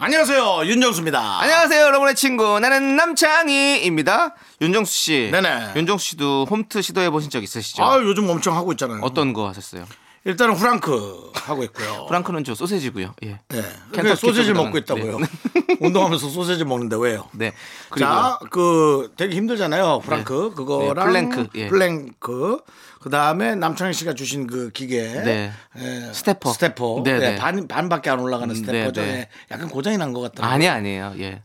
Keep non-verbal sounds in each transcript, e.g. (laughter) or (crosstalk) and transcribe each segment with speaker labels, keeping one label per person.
Speaker 1: 안녕하세요 윤정수입니다.
Speaker 2: 안녕하세요, 여러분의 친구. 나는 남창희입니다. 윤정수 씨.
Speaker 1: 네네.
Speaker 2: 윤정수 씨도 홈트 시도해 보신 적 있으시죠?
Speaker 1: 아 요즘 엄청 하고 있잖아요.
Speaker 2: 어떤 거 하셨어요?
Speaker 1: 일단은 후랑크 하고 있고요.
Speaker 2: 프랑크는 저 소세지고요. 예.
Speaker 1: 네.
Speaker 2: 켄터키
Speaker 1: 그 소세지
Speaker 2: 쪽으로
Speaker 1: 먹고 있다고요.
Speaker 2: 네.
Speaker 1: (laughs) 운동하면서 소세지 먹는데 왜요?
Speaker 2: 네. 그리고
Speaker 1: 자, 그 되게 힘들잖아요. 프랑크
Speaker 2: 네.
Speaker 1: 그거랑
Speaker 2: 네, 플랭크, 예.
Speaker 1: 플랭크. 그다음에 남창희 씨가 주신 그 기계.
Speaker 2: 네.
Speaker 1: 예,
Speaker 2: 스태퍼.
Speaker 1: 스태퍼.
Speaker 2: 네,
Speaker 1: 예,
Speaker 2: 네.
Speaker 1: 반 반밖에 안 올라가는
Speaker 2: 음,
Speaker 1: 스태퍼죠.
Speaker 2: 네, 네.
Speaker 1: 예, 약간 고장이 난 것 같더라고요.
Speaker 2: 아니 아니에요.
Speaker 1: (laughs)
Speaker 2: 예.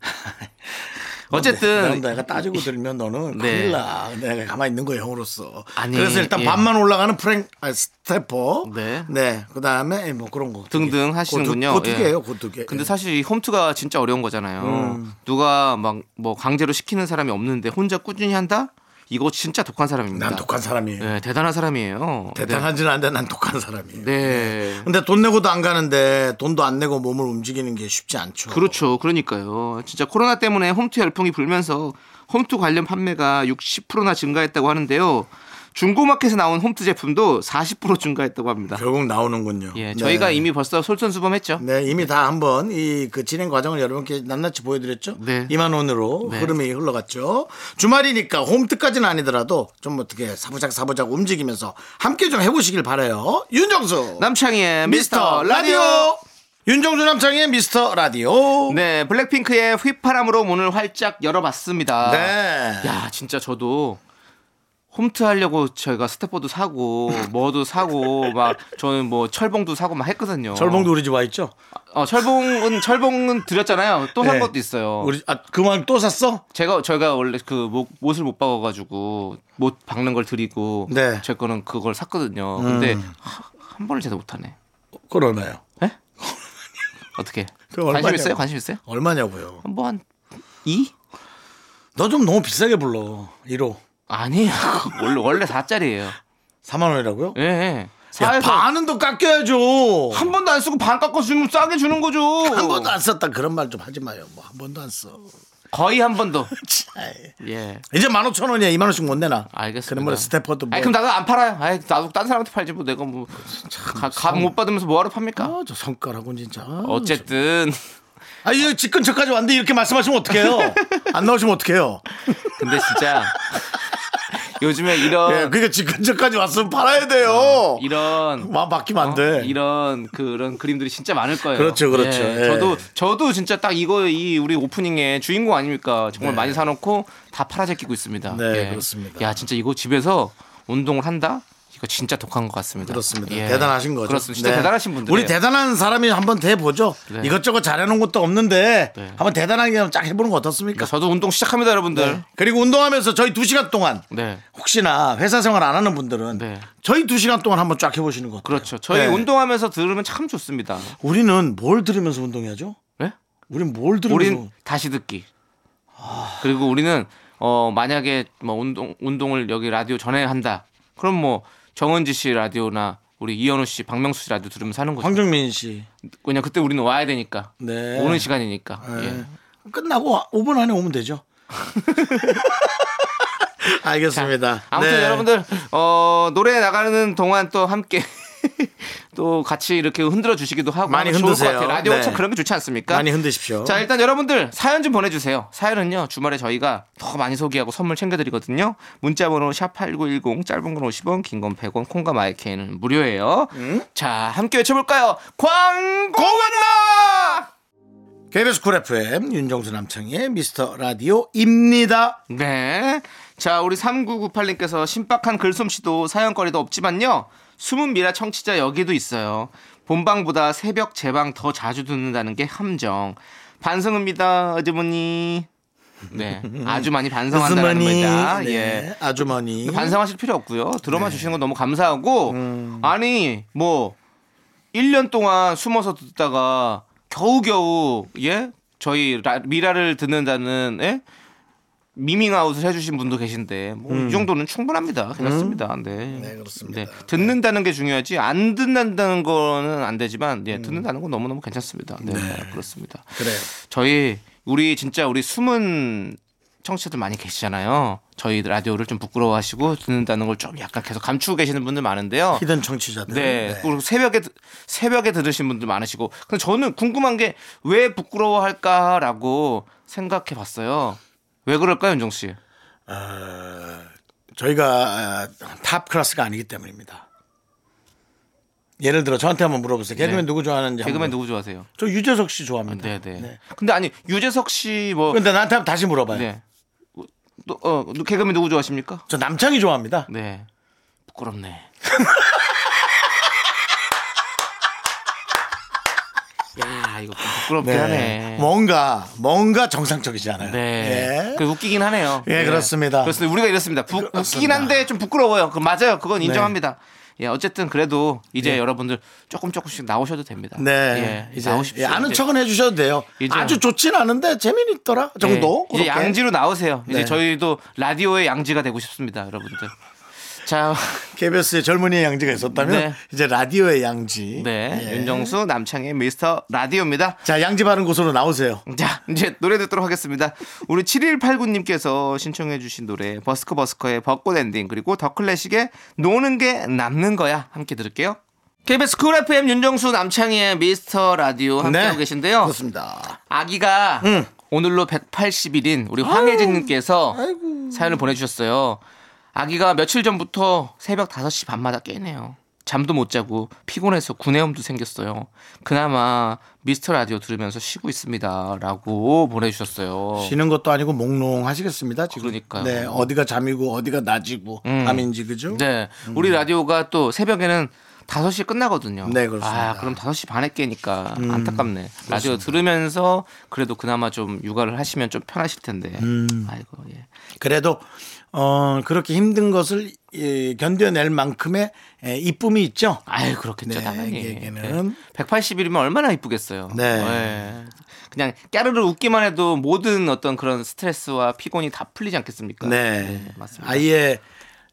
Speaker 1: 근데
Speaker 2: 어쨌든
Speaker 1: 네, 내가 따지고 들면 너는
Speaker 2: 네.
Speaker 1: 큰일 나. 내가 가만히 있는 거야 형으로서.
Speaker 2: 아니,
Speaker 1: 그래서 일단
Speaker 2: 예.
Speaker 1: 반만 올라가는 프랭 아, 스태퍼.
Speaker 2: 네.
Speaker 1: 그다음에 뭐 그런 거
Speaker 2: 등등 하시는군요.
Speaker 1: 고두 개예요, 음.
Speaker 2: 예.
Speaker 1: 고두 개.
Speaker 2: 근데 사실 이 홈트가 진짜 어려운 거잖아요. 누가 막 뭐 강제로 시키는 사람이 없는데 혼자 꾸준히 한다? 이거 진짜 독한 사람입니다.
Speaker 1: 난 독한 사람이에요.
Speaker 2: 네, 대단한 사람이에요.
Speaker 1: 대단하지는 않는데 난 독한 사람이에요.
Speaker 2: 네. 네.
Speaker 1: 근데 돈 내고도 안 가는데 돈도 안 내고 몸을 움직이는 게 쉽지 않죠.
Speaker 2: 그렇죠. 그러니까요. 진짜 코로나 때문에 홈트 열풍이 불면서 홈트 관련 판매가 60%나 증가했다고 하는데요. 중고마켓에 나온 홈트 제품도 40% 증가했다고 합니다.
Speaker 1: 결국 나오는군요.
Speaker 2: 예,
Speaker 1: 네.
Speaker 2: 저희가 이미 벌써 솔선수범했죠.
Speaker 1: 네, 이미 다 한번 이 그 진행 과정을 여러분께 낱낱이 보여드렸죠.
Speaker 2: 네.
Speaker 1: 2만 원으로
Speaker 2: 네.
Speaker 1: 흐름이 흘러갔죠. 주말이니까 홈트까지는 아니더라도 좀 어떻게 사부작 사부작 움직이면서 함께 좀 해보시길 바래요. 윤정수
Speaker 2: 남창희의
Speaker 1: 미스터 라디오. 윤정수 남창의 미스터 라디오.
Speaker 2: 네, 블랙핑크의 휘파람으로 문을 활짝 열어봤습니다.
Speaker 1: 네.
Speaker 2: 야, 진짜 저도 홈트 하려고 저희가 스태퍼도 사고 뭐도 사고 막 저는 뭐 (laughs) 철봉도 사고 막 했거든요.
Speaker 1: 절봉도 우리 집 와 있죠.
Speaker 2: 어, 철봉은 철봉은 드렸잖아요. 또 산
Speaker 1: 네.
Speaker 2: 것도 있어요.
Speaker 1: 우리 아 그만 또 샀어?
Speaker 2: 제가 저희가 원래 그 목, 못을 못 박아가지고 못 박는 걸 드리고
Speaker 1: 네. 음.
Speaker 2: 제 거는 그걸 샀거든요. 근데 하- 한 번을 제대로 못하네.
Speaker 1: 그건 얼마요?
Speaker 2: 예? 어떻게?
Speaker 1: 그거
Speaker 2: 관심
Speaker 1: 얼마냐고.
Speaker 2: 있어요? 관심 있어요?
Speaker 1: 얼마냐고요?
Speaker 2: 뭐한 2?
Speaker 1: 너 좀 너무 비싸게 불러. 1호
Speaker 2: 아니에요. (laughs) 원래 원래 4짜리예요.
Speaker 1: 4만 원이라고요?
Speaker 2: 예. 예.
Speaker 1: 야,
Speaker 2: 4에서
Speaker 1: 반은 더 깎여야죠.
Speaker 2: 한 번도 안 쓰고 반 깎아 주면 싸게 주는 거죠.
Speaker 1: (laughs) 한 번도 안 썼다 그런 말 좀 하지 마요. 뭐 한 번도 안 써. (laughs)
Speaker 2: 거의 한 번도.
Speaker 1: 차이.
Speaker 2: 예.
Speaker 1: 이제 15,000원이야. 2만 원씩 못 내나.
Speaker 2: 알겠습니다.
Speaker 1: 그런 말에 스태퍼도 뭐.
Speaker 2: 아니, 그럼 나도 안 팔아요. 아이, 나도 딴 사람한테 팔지 뭐 내가 뭐값못 받으면서 뭐하러 팝니까?
Speaker 1: 아, 저 성과라고 진짜.
Speaker 2: 어쨌든
Speaker 1: 아, 이거 집 근처까지 왔는데 이렇게 말씀하시면 어떡해요? 안 나오시면 어떡해요?
Speaker 2: 근데 진짜 요즘에
Speaker 1: 예,
Speaker 2: 이런
Speaker 1: 그러니까 집 근처까지 왔으면 팔아야 돼요.
Speaker 2: 어. 이런
Speaker 1: 마음 바뀌면 안 돼.
Speaker 2: 어? 이런 그런 그림들이 진짜 많을 거예요.
Speaker 1: 그렇죠, 그렇죠. 예.
Speaker 2: 저도 저도 진짜 딱 이거 이 우리 오프닝의 주인공 아닙니까? 정말 많이 사놓고 다 팔아제끼고 있습니다. 예.
Speaker 1: 네, 그렇습니다.
Speaker 2: 야 진짜 이거 집에서 운동을 한다? 이거 진짜 독한 것 같습니다.
Speaker 1: 그렇습니다.
Speaker 2: 예.
Speaker 1: 대단하신 거죠.
Speaker 2: 그렇습니다. 진짜
Speaker 1: 네.
Speaker 2: 대단하신 분들.
Speaker 1: 우리 대단한 사람이 한번 대보죠.
Speaker 2: 네.
Speaker 1: 이것저것 잘해놓은 것도 없는데
Speaker 2: 네.
Speaker 1: 한번 대단하게 한번 쫙 해보는 거 어떻습니까?
Speaker 2: 그러니까
Speaker 1: 네.
Speaker 2: 저도 운동 시작합니다, 여러분들.
Speaker 1: 그리고 운동하면서 저희 두 시간 동안
Speaker 2: 네.
Speaker 1: 혹시나 회사 생활 안 하는 분들은
Speaker 2: 네.
Speaker 1: 저희 두 시간 동안 한번 쫙 해보시는 거.
Speaker 2: 그렇죠. 저희
Speaker 1: 네.
Speaker 2: 운동하면서 들으면 참 좋습니다.
Speaker 1: 우리는 뭘 들으면서 운동해야죠?
Speaker 2: 네?
Speaker 1: 우린 뭘 들으면서?
Speaker 2: 우린 다시 듣기. 그리고 우리는 어 만약에 뭐 운동 운동을 여기 라디오 전에 한다. 그럼 뭐 정은지 씨 라디오나 우리 이현우 씨, 박명수 씨 라디오 들으면서 하는 거죠.
Speaker 1: 황정민 씨.
Speaker 2: 왜냐 그때 우리는 와야 되니까.
Speaker 1: 네.
Speaker 2: 오는 시간이니까. 예.
Speaker 1: 네. 끝나고 5분 안에 오면
Speaker 2: (laughs)
Speaker 1: 되죠. 알겠습니다.
Speaker 2: 아무튼
Speaker 1: 네.
Speaker 2: 여러분들 어 노래 나가는 동안 또 함께 (laughs) 또 같이 이렇게 흔들어 주시기도 하고
Speaker 1: 많이
Speaker 2: 하면 좋을 것
Speaker 1: 흔드세요.
Speaker 2: 같아요. 라디오
Speaker 1: 네.
Speaker 2: 참 그런 게 좋지 않습니까?
Speaker 1: 많이 흔드십시오.
Speaker 2: 자 일단 여러분들 사연 좀 보내주세요 사연은요 주말에 저희가 더 많이 소개하고 선물 챙겨드리거든요 문자번호 샵8910 짧은 건 50원 긴 건 100원 콩과 마이크는 무료예요
Speaker 1: 음?
Speaker 2: 자 함께 외쳐볼까요 광고만나
Speaker 1: KBS 쿨 FM 윤정수 남창의 미스터 라디오입니다.
Speaker 2: 네. 자, 우리 3998님께서 신박한 글솜씨도 사연거리도 없지만요. 숨은 미라 청취자 여기도 있어요. 본방보다 새벽 제방 더 자주 듣는다는 게 함정. 반성입니다, 아주머니. 네. 아주 많이 반성한다는 겁니다.
Speaker 1: 네,
Speaker 2: 예.
Speaker 1: 아주머니.
Speaker 2: 반성하실 필요 없고요. 들어만
Speaker 1: 네.
Speaker 2: 주시는 건 너무 감사하고
Speaker 1: 음.
Speaker 2: 아니 뭐 1년 동안 숨어서 듣다가 겨우겨우 예? 저희 라- 미라를 듣는다는 예? 미밍아웃을 해주신 분도 계신데 뭐 이 정도는 충분합니다. 괜찮습니다. 네.
Speaker 1: 음. 네, 그렇습니다.
Speaker 2: 듣는다는 게 중요하지 안 듣는다는 거는 안 되지만 예, 듣는다는 건 너무 너무 괜찮습니다. 네, 그렇습니다.
Speaker 1: 음. 그래요.
Speaker 2: 저희 우리 진짜 우리 숨은 청취자들 많이 계시잖아요. 저희 라디오를 좀 부끄러워하시고 듣는다는 걸 좀 약간 계속 감추고 계시는 분들 많은데요.
Speaker 1: 히든 청취자들.
Speaker 2: 네. 그리고 새벽에 드- 새벽에 들으신 분들 많으시고. 근데 저는 궁금한 게 왜 부끄러워할까라고 생각해 봤어요. 왜 그럴까요, 윤정 씨?
Speaker 1: 어, 저희가 어, 탑 클래스가 아니기 때문입니다. 예를 들어 저한테 한번 물어보세요. 개그맨
Speaker 2: 네.
Speaker 1: 누구 좋아하는지.
Speaker 2: 개그맨
Speaker 1: 한번.
Speaker 2: 누구 좋아하세요?
Speaker 1: 저 유재석 씨 좋아합니다.
Speaker 2: 네, 네. 근데 아니 유재석 씨 뭐
Speaker 1: 근데 나한테 한번 다시 물어봐요.
Speaker 2: 네. 또, 어, 개그맨 누구 좋아하십니까?
Speaker 1: 저 남창이 좋아합니다.
Speaker 2: 네.
Speaker 1: (laughs)
Speaker 2: 부끄럽네. 야, 이거 좀 부끄럽긴 하네.
Speaker 1: 뭐- 뭔가 뭔가 정상적이지 않아요.
Speaker 2: 네.
Speaker 1: 예.
Speaker 2: 그 웃기긴 하네요.
Speaker 1: 예, 그렇습니다.
Speaker 2: 그렇습니다. 우리가 이렇습니다. 부- 웃기긴
Speaker 1: 그렇습니다. 네.
Speaker 2: 한데 좀 부끄러워요. 그 맞아요. 그건 인정합니다. 예, 어쨌든 그래도 이제 여러분들 조금 조금씩 나오셔도 됩니다.
Speaker 1: 예. 네.
Speaker 2: 예,
Speaker 1: 이제
Speaker 2: 나오십시오.
Speaker 1: 예, 아는
Speaker 2: 이제.
Speaker 1: 척은 해주셔도 돼요.
Speaker 2: 이제-
Speaker 1: 아주 좋진 않은데 재미있더라 정도.
Speaker 2: 예, 이제
Speaker 1: 그렇게.
Speaker 2: 양지로 나오세요. 이제
Speaker 1: 네.
Speaker 2: 저희도 라디오의 양지가 되고 싶습니다, 여러분들. 자, (laughs)
Speaker 1: KBS의 젊은이의 양지가 있었다면
Speaker 2: 네.
Speaker 1: 이제 라디오의 양지.
Speaker 2: 네,
Speaker 1: 예.
Speaker 2: 윤정수 남창의 미스터 라디오입니다.
Speaker 1: 자 양지 바른 곳으로 나오세요.
Speaker 2: (laughs) 자, 이제 노래 듣도록 하겠습니다. 우리 7189님께서 신청해주신 노래 버스커 버스커의 벚꽃 엔딩 그리고 더 클래식의 노는 게 남는 거야 함께 들을게요. KBS 쿨 FM 윤정수 남창희의 미스터 라디오 함께하고
Speaker 1: 네.
Speaker 2: 계신데요.
Speaker 1: 그렇습니다.
Speaker 2: 아기가 오늘로 180일인 우리 황혜진님께서 사연을 보내주셨어요. 아기가 며칠 전부터 새벽 5시 반마다 깨네요. 잠도 못 자고 피곤해서 구내염도 생겼어요. 그나마 미스터 라디오 들으면서 쉬고 있습니다.라고 보내주셨어요.
Speaker 1: 쉬는 것도 아니고 몽롱하시겠습니다. 지금.
Speaker 2: 그러니까요. 음.
Speaker 1: 네, 어디가 잠이고 어디가 낮이고 밤인지 그죠?
Speaker 2: 네,
Speaker 1: 음.
Speaker 2: 우리 라디오가 또 새벽에는 5시 끝나거든요.
Speaker 1: 네, 그렇습니다. 음,
Speaker 2: 아, 그럼 5시 반에 깨니까 안타깝네. 라디오 들으면서 그래도 그나마 좀 육아를 하시면 좀 편하실 텐데.
Speaker 1: 음.
Speaker 2: 아이고, 예.
Speaker 1: 그래도 어, 그렇게 힘든 것을 예, 견뎌낼 만큼의 예, 이쁨이 있죠.
Speaker 2: 아유 그렇겠죠
Speaker 1: 네,
Speaker 2: 당연히
Speaker 1: 얘기는.
Speaker 2: 180일이면 얼마나 이쁘겠어요.
Speaker 1: 네.
Speaker 2: 예. 그냥 까르르 웃기만 해도 모든 어떤 그런 스트레스와 피곤이 다 풀리지 않겠습니까?
Speaker 1: 네,
Speaker 2: 맞습니다.
Speaker 1: 아이의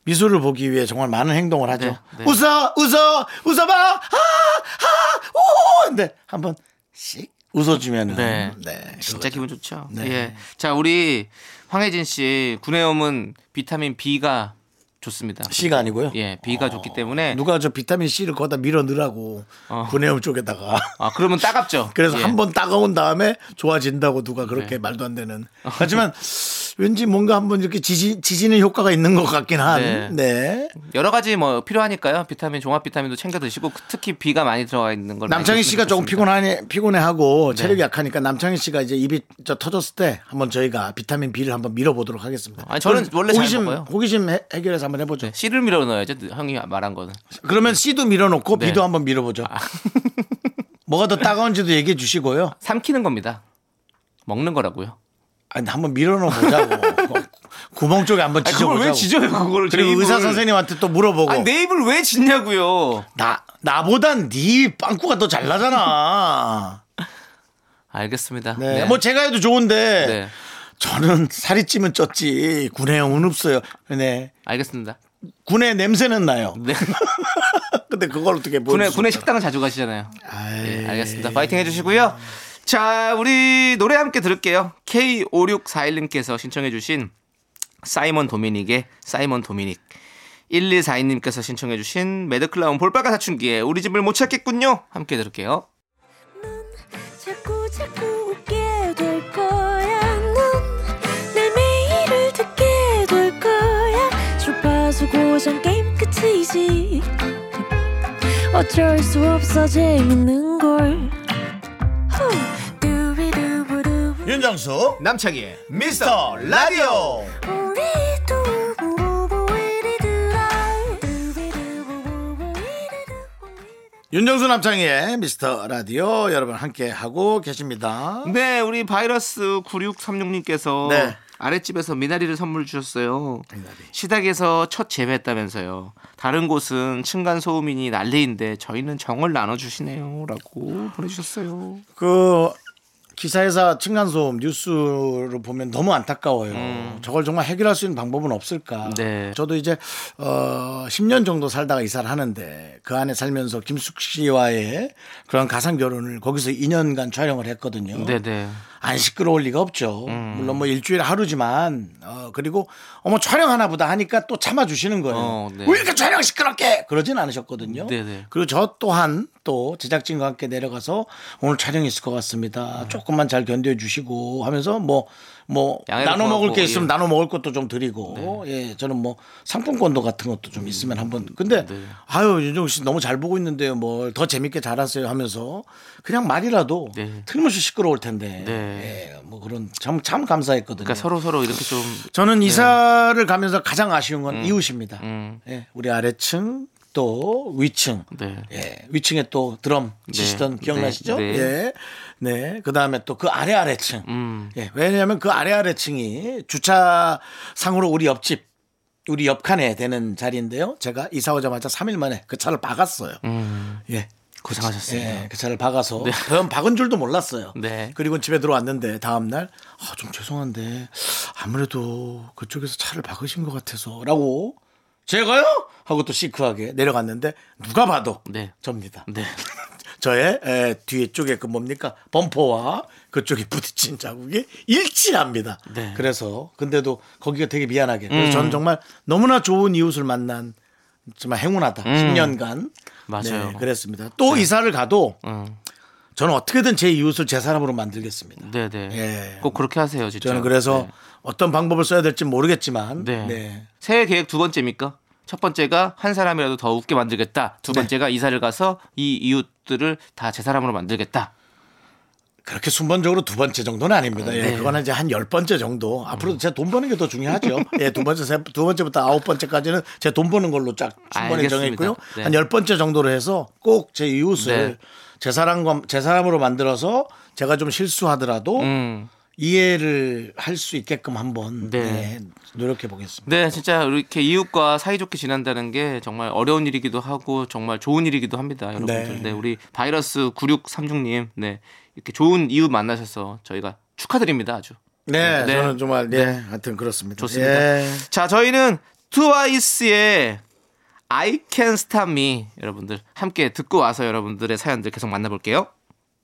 Speaker 1: 미소를 보기 위해 정말 많은 행동을 하죠.
Speaker 2: 네, 네.
Speaker 1: 웃어, 웃어, 웃어봐. 아, 아, 오. 근데 한번 씩 웃어주면은
Speaker 2: 네.
Speaker 1: 네.
Speaker 2: 진짜 기분 좋죠.
Speaker 1: 네.
Speaker 2: 예. 자 우리 황혜진 씨 구내염은 비타민 B가 좋습니다.
Speaker 1: C가 아니고요. 어.
Speaker 2: 예, B가 좋기 때문에
Speaker 1: 누가 저 비타민 C를 거기다 밀어 넣으라고
Speaker 2: 어.
Speaker 1: 구내염 쪽에다가
Speaker 2: 아 그러면 따갑죠.
Speaker 1: 그래서
Speaker 2: 예.
Speaker 1: 한 번 따가운 다음에 좋아진다고 누가 그렇게
Speaker 2: 네.
Speaker 1: 말도 안
Speaker 2: (laughs)
Speaker 1: 되는. 하지만 왠지 뭔가 한번 이렇게 지지, 지지는 효과가 있는 것 같긴 한. 네.
Speaker 2: 여러 가지 뭐 필요하니까요. 비타민 종합 비타민도 챙겨 드시고 특히 B가 많이 들어가 있는 걸
Speaker 1: 남창희
Speaker 2: 많이
Speaker 1: 씨가
Speaker 2: 드시면
Speaker 1: 조금
Speaker 2: 좋습니다. 네.
Speaker 1: 피곤하니, 피곤해하고 체력이 약하니까 남창희 씨가 이제 입이 저 터졌을 때 한번 저희가 비타민 B를 한번 밀어보도록 하겠습니다.
Speaker 2: 아니, 저는
Speaker 1: 그럼
Speaker 2: 원래 잘
Speaker 1: 호기심,
Speaker 2: 먹어요.
Speaker 1: 호기심 해, 결해서 한번 해보죠.
Speaker 2: 네, 씨를 밀어 넣어야죠. 형이 말한 거는.
Speaker 1: 그러면 C도 밀어놓고
Speaker 2: 네.
Speaker 1: B도 한번 밀어보죠. (laughs) 뭐가 더 따가운지도 얘기해 주시고요.
Speaker 2: 삼키는 겁니다. 먹는 거라고요.
Speaker 1: 아니, 한번
Speaker 2: (laughs)
Speaker 1: 밀어놓어보자고. 구멍 쪽에 한번
Speaker 2: 아,
Speaker 1: 지져보자고. 네.
Speaker 2: 그거를?
Speaker 1: 그리고 의사 선생님한테 뭐. 또 물어보고.
Speaker 2: 아니, 내 입을 왜 짓냐고요.
Speaker 1: 나 나보단 네 빵꾸가 더 잘나잖아.
Speaker 2: 알겠습니다.
Speaker 1: 네. 뭐 제가 해도 좋은데
Speaker 2: 네.
Speaker 1: 저는 살이 찌면 쪘지 구내염은 없어요. 네.
Speaker 2: 알겠습니다.
Speaker 1: 군의 냄새는 나요. (laughs)
Speaker 2: 네.
Speaker 1: 근데 그걸 어떻게
Speaker 2: (laughs) 군의,
Speaker 1: 보여줄 수
Speaker 2: 군의
Speaker 1: 있어요?
Speaker 2: 식당은 자주 가시잖아요.
Speaker 1: 아이,
Speaker 2: 네, 알겠습니다. 파이팅 해주시고요. 자, 우리 노래 함께 들을게요. K5641님께서 신청해주신 사이먼 도미닉의 사이먼 도미닉. 1142님께서 신청해주신 매드클라운 볼빨간 사춘기의 우리 집을 못 찾겠군요. 함께 들을게요.
Speaker 3: 자꾸 자꾸 웃게 될 거야. 넌내 매일을 듣게 될 거야. 주파수 고정 게임 끝이지. 어쩔 수 없어 재밌는 걸. 후. 두비두부두.
Speaker 1: 윤정수
Speaker 2: 남창희의
Speaker 1: 미스터 라디오
Speaker 3: 우리 두부부부 우리 두라. 두비두부부부 우리 두부부.
Speaker 1: 윤정수 남창희의 미스터 라디오 여러분 함께 하고 계십니다.
Speaker 2: 네, 우리 바이러스 9636님께서
Speaker 1: 네.
Speaker 2: 아랫집에서 미나리를 선물 주셨어요. 시댁에서 첫 재배했다면서요. 다른 곳은 층간 소음이니 난리인데 저희는 정을 나눠 주시네요라고 보내주셨어요.
Speaker 1: 그 기사회사 층간소음 뉴스를 보면 너무 안타까워요. 저걸 정말 해결할 수 있는 방법은 없을까?
Speaker 2: 음. 네.
Speaker 1: 저도 이제 어 10년 정도 살다가 이사를 하는데 그 안에 살면서 김숙 씨와의 그런 가상 결혼을 거기서 2년간 촬영을 했거든요.
Speaker 2: 네네.
Speaker 1: 안 시끄러울 리가 없죠.
Speaker 2: 음.
Speaker 1: 물론 뭐 일주일에 하루지만 어 그리고 어머 촬영하나 보다 하니까 또 참아 주시는 거예요.
Speaker 2: 어, 네.
Speaker 1: 왜 이렇게 촬영 시끄럽게 그러진 않으셨거든요.
Speaker 2: 네네.
Speaker 1: 그리고 저 또한 또 제작진과 함께 내려가서 오늘 촬영 있을 것 같습니다.
Speaker 2: 음.
Speaker 1: 조금만 잘 견뎌 주시고 하면서 뭐 뭐
Speaker 2: 양해를
Speaker 1: 나눠 먹을
Speaker 2: 구하고,
Speaker 1: 게 있으면
Speaker 2: 예. 네.
Speaker 1: 나눠 먹을 것도 좀 드리고 예 저는 뭐 상품권도 같은 것도
Speaker 2: 음.
Speaker 1: 좀 있으면 한번 근데
Speaker 2: 네.
Speaker 1: 아유 윤종 씨 너무 잘 보고 있는데요 뭘 더 재밌게 잘하세요 하면서 그냥 말이라도
Speaker 2: 네.
Speaker 1: 틀림없이 시끄러울 텐데
Speaker 2: 네.
Speaker 1: 예, 뭐 그런 참 참 감사했거든요.
Speaker 2: 그러니까 서로 서로 이렇게 좀
Speaker 1: 저는 이사를 가면서 가장 아쉬운 건 이웃입니다.
Speaker 2: 음.
Speaker 1: 예, 우리 아래층 또 위층.
Speaker 2: 네.
Speaker 1: 예, 위층에 또 드럼 치시던
Speaker 2: 네.
Speaker 1: 기억나시죠?
Speaker 2: 네.
Speaker 1: 예. 네. 그 다음에 또 그 아래 아래층.
Speaker 2: 음.
Speaker 1: 예, 왜냐하면 그 아래 아래층이 주차상으로 우리 옆집, 우리 옆칸에 되는 자리인데요. 제가 이사 오자마자 3일 만에 그 차를 박았어요.
Speaker 2: 음.
Speaker 1: 예.
Speaker 2: 고생하셨습니다.
Speaker 1: 예, 그 차를 박아서 (laughs) 그럼 박은 줄도 몰랐어요.
Speaker 2: 네.
Speaker 1: 그리고 집에 들어왔는데 다음 날 아, 좀 죄송한데 아무래도 그쪽에서 차를 박으신 것 같아서라고 제가요? 하고 또 시크하게 내려갔는데 누가 봐도
Speaker 2: 네.
Speaker 1: 접니다.
Speaker 2: 네.
Speaker 1: 저의 에, 뒤에 쪽에 그 뭡니까 범퍼와 그쪽이 (laughs) 부딪힌 자국이 일치합니다.
Speaker 2: 네. 음.
Speaker 1: 그래서 근데도 거기가 되게 미안하게. 그래서 저는 정말 너무나 좋은 이웃을 만난 정말 행운하다. 10년간
Speaker 2: 음. 맞아요.
Speaker 1: 네, 그랬습니다. 또 이사를 가도
Speaker 2: 음.
Speaker 1: 저는 어떻게든 제 이웃을 제 사람으로 만들겠습니다.
Speaker 2: 네네.
Speaker 1: 예.
Speaker 2: 꼭 그렇게 하세요, 진짜.
Speaker 1: 저는 그래서
Speaker 2: 네.
Speaker 1: 어떤 방법을 써야 될지 모르겠지만
Speaker 2: 네.
Speaker 1: 네.
Speaker 2: 새해 계획 두 번째입니까? 첫 번째가 한 사람이라도 더 웃게 만들겠다. 두
Speaker 1: 네.
Speaker 2: 번째가 이사를 가서 이 이웃들을 다 제 사람으로 만들겠다.
Speaker 1: 그렇게 순번적으로 두 번째 정도는 아닙니다.
Speaker 2: 네.
Speaker 1: 예, 그거는 이제 한 열 번째 정도. 앞으로 제 돈 버는 게 더
Speaker 2: (laughs)
Speaker 1: 중요하죠. 예, 두 번째, 세- 두 번째부터 아홉 번째까지는 제 돈 버는 걸로 쫙 순번에
Speaker 2: 알겠습니다.
Speaker 1: 정했고요.
Speaker 2: 네.
Speaker 1: 한 열 번째 정도로 해서 꼭 제 이웃을
Speaker 2: 네.
Speaker 1: 제 사람과 제 사람으로 만들어서 제가 좀 실수하더라도
Speaker 2: 음.
Speaker 1: 이해를 할 수 있게끔 한번
Speaker 2: 네.
Speaker 1: 예, 노력해 보겠습니다.
Speaker 2: 네, 진짜 이렇게 이웃과 사이좋게 지낸다는 게 정말 어려운 일이기도 하고 정말 좋은 일이기도 합니다, 여러분들.
Speaker 1: 네.
Speaker 2: 네, 우리 바이러스 9636님, 네 이렇게 좋은 이웃 만나셔서 저희가 축하드립니다, 아주.
Speaker 1: 네,
Speaker 2: 네.
Speaker 1: 저는 정말 네, 하여튼 그렇습니다.
Speaker 2: 좋습니다.
Speaker 1: 예.
Speaker 2: 자, 저희는 트와이스의 I Can Stop Me 여러분들 함께 듣고 와서 여러분들의 사연들 계속 만나볼게요.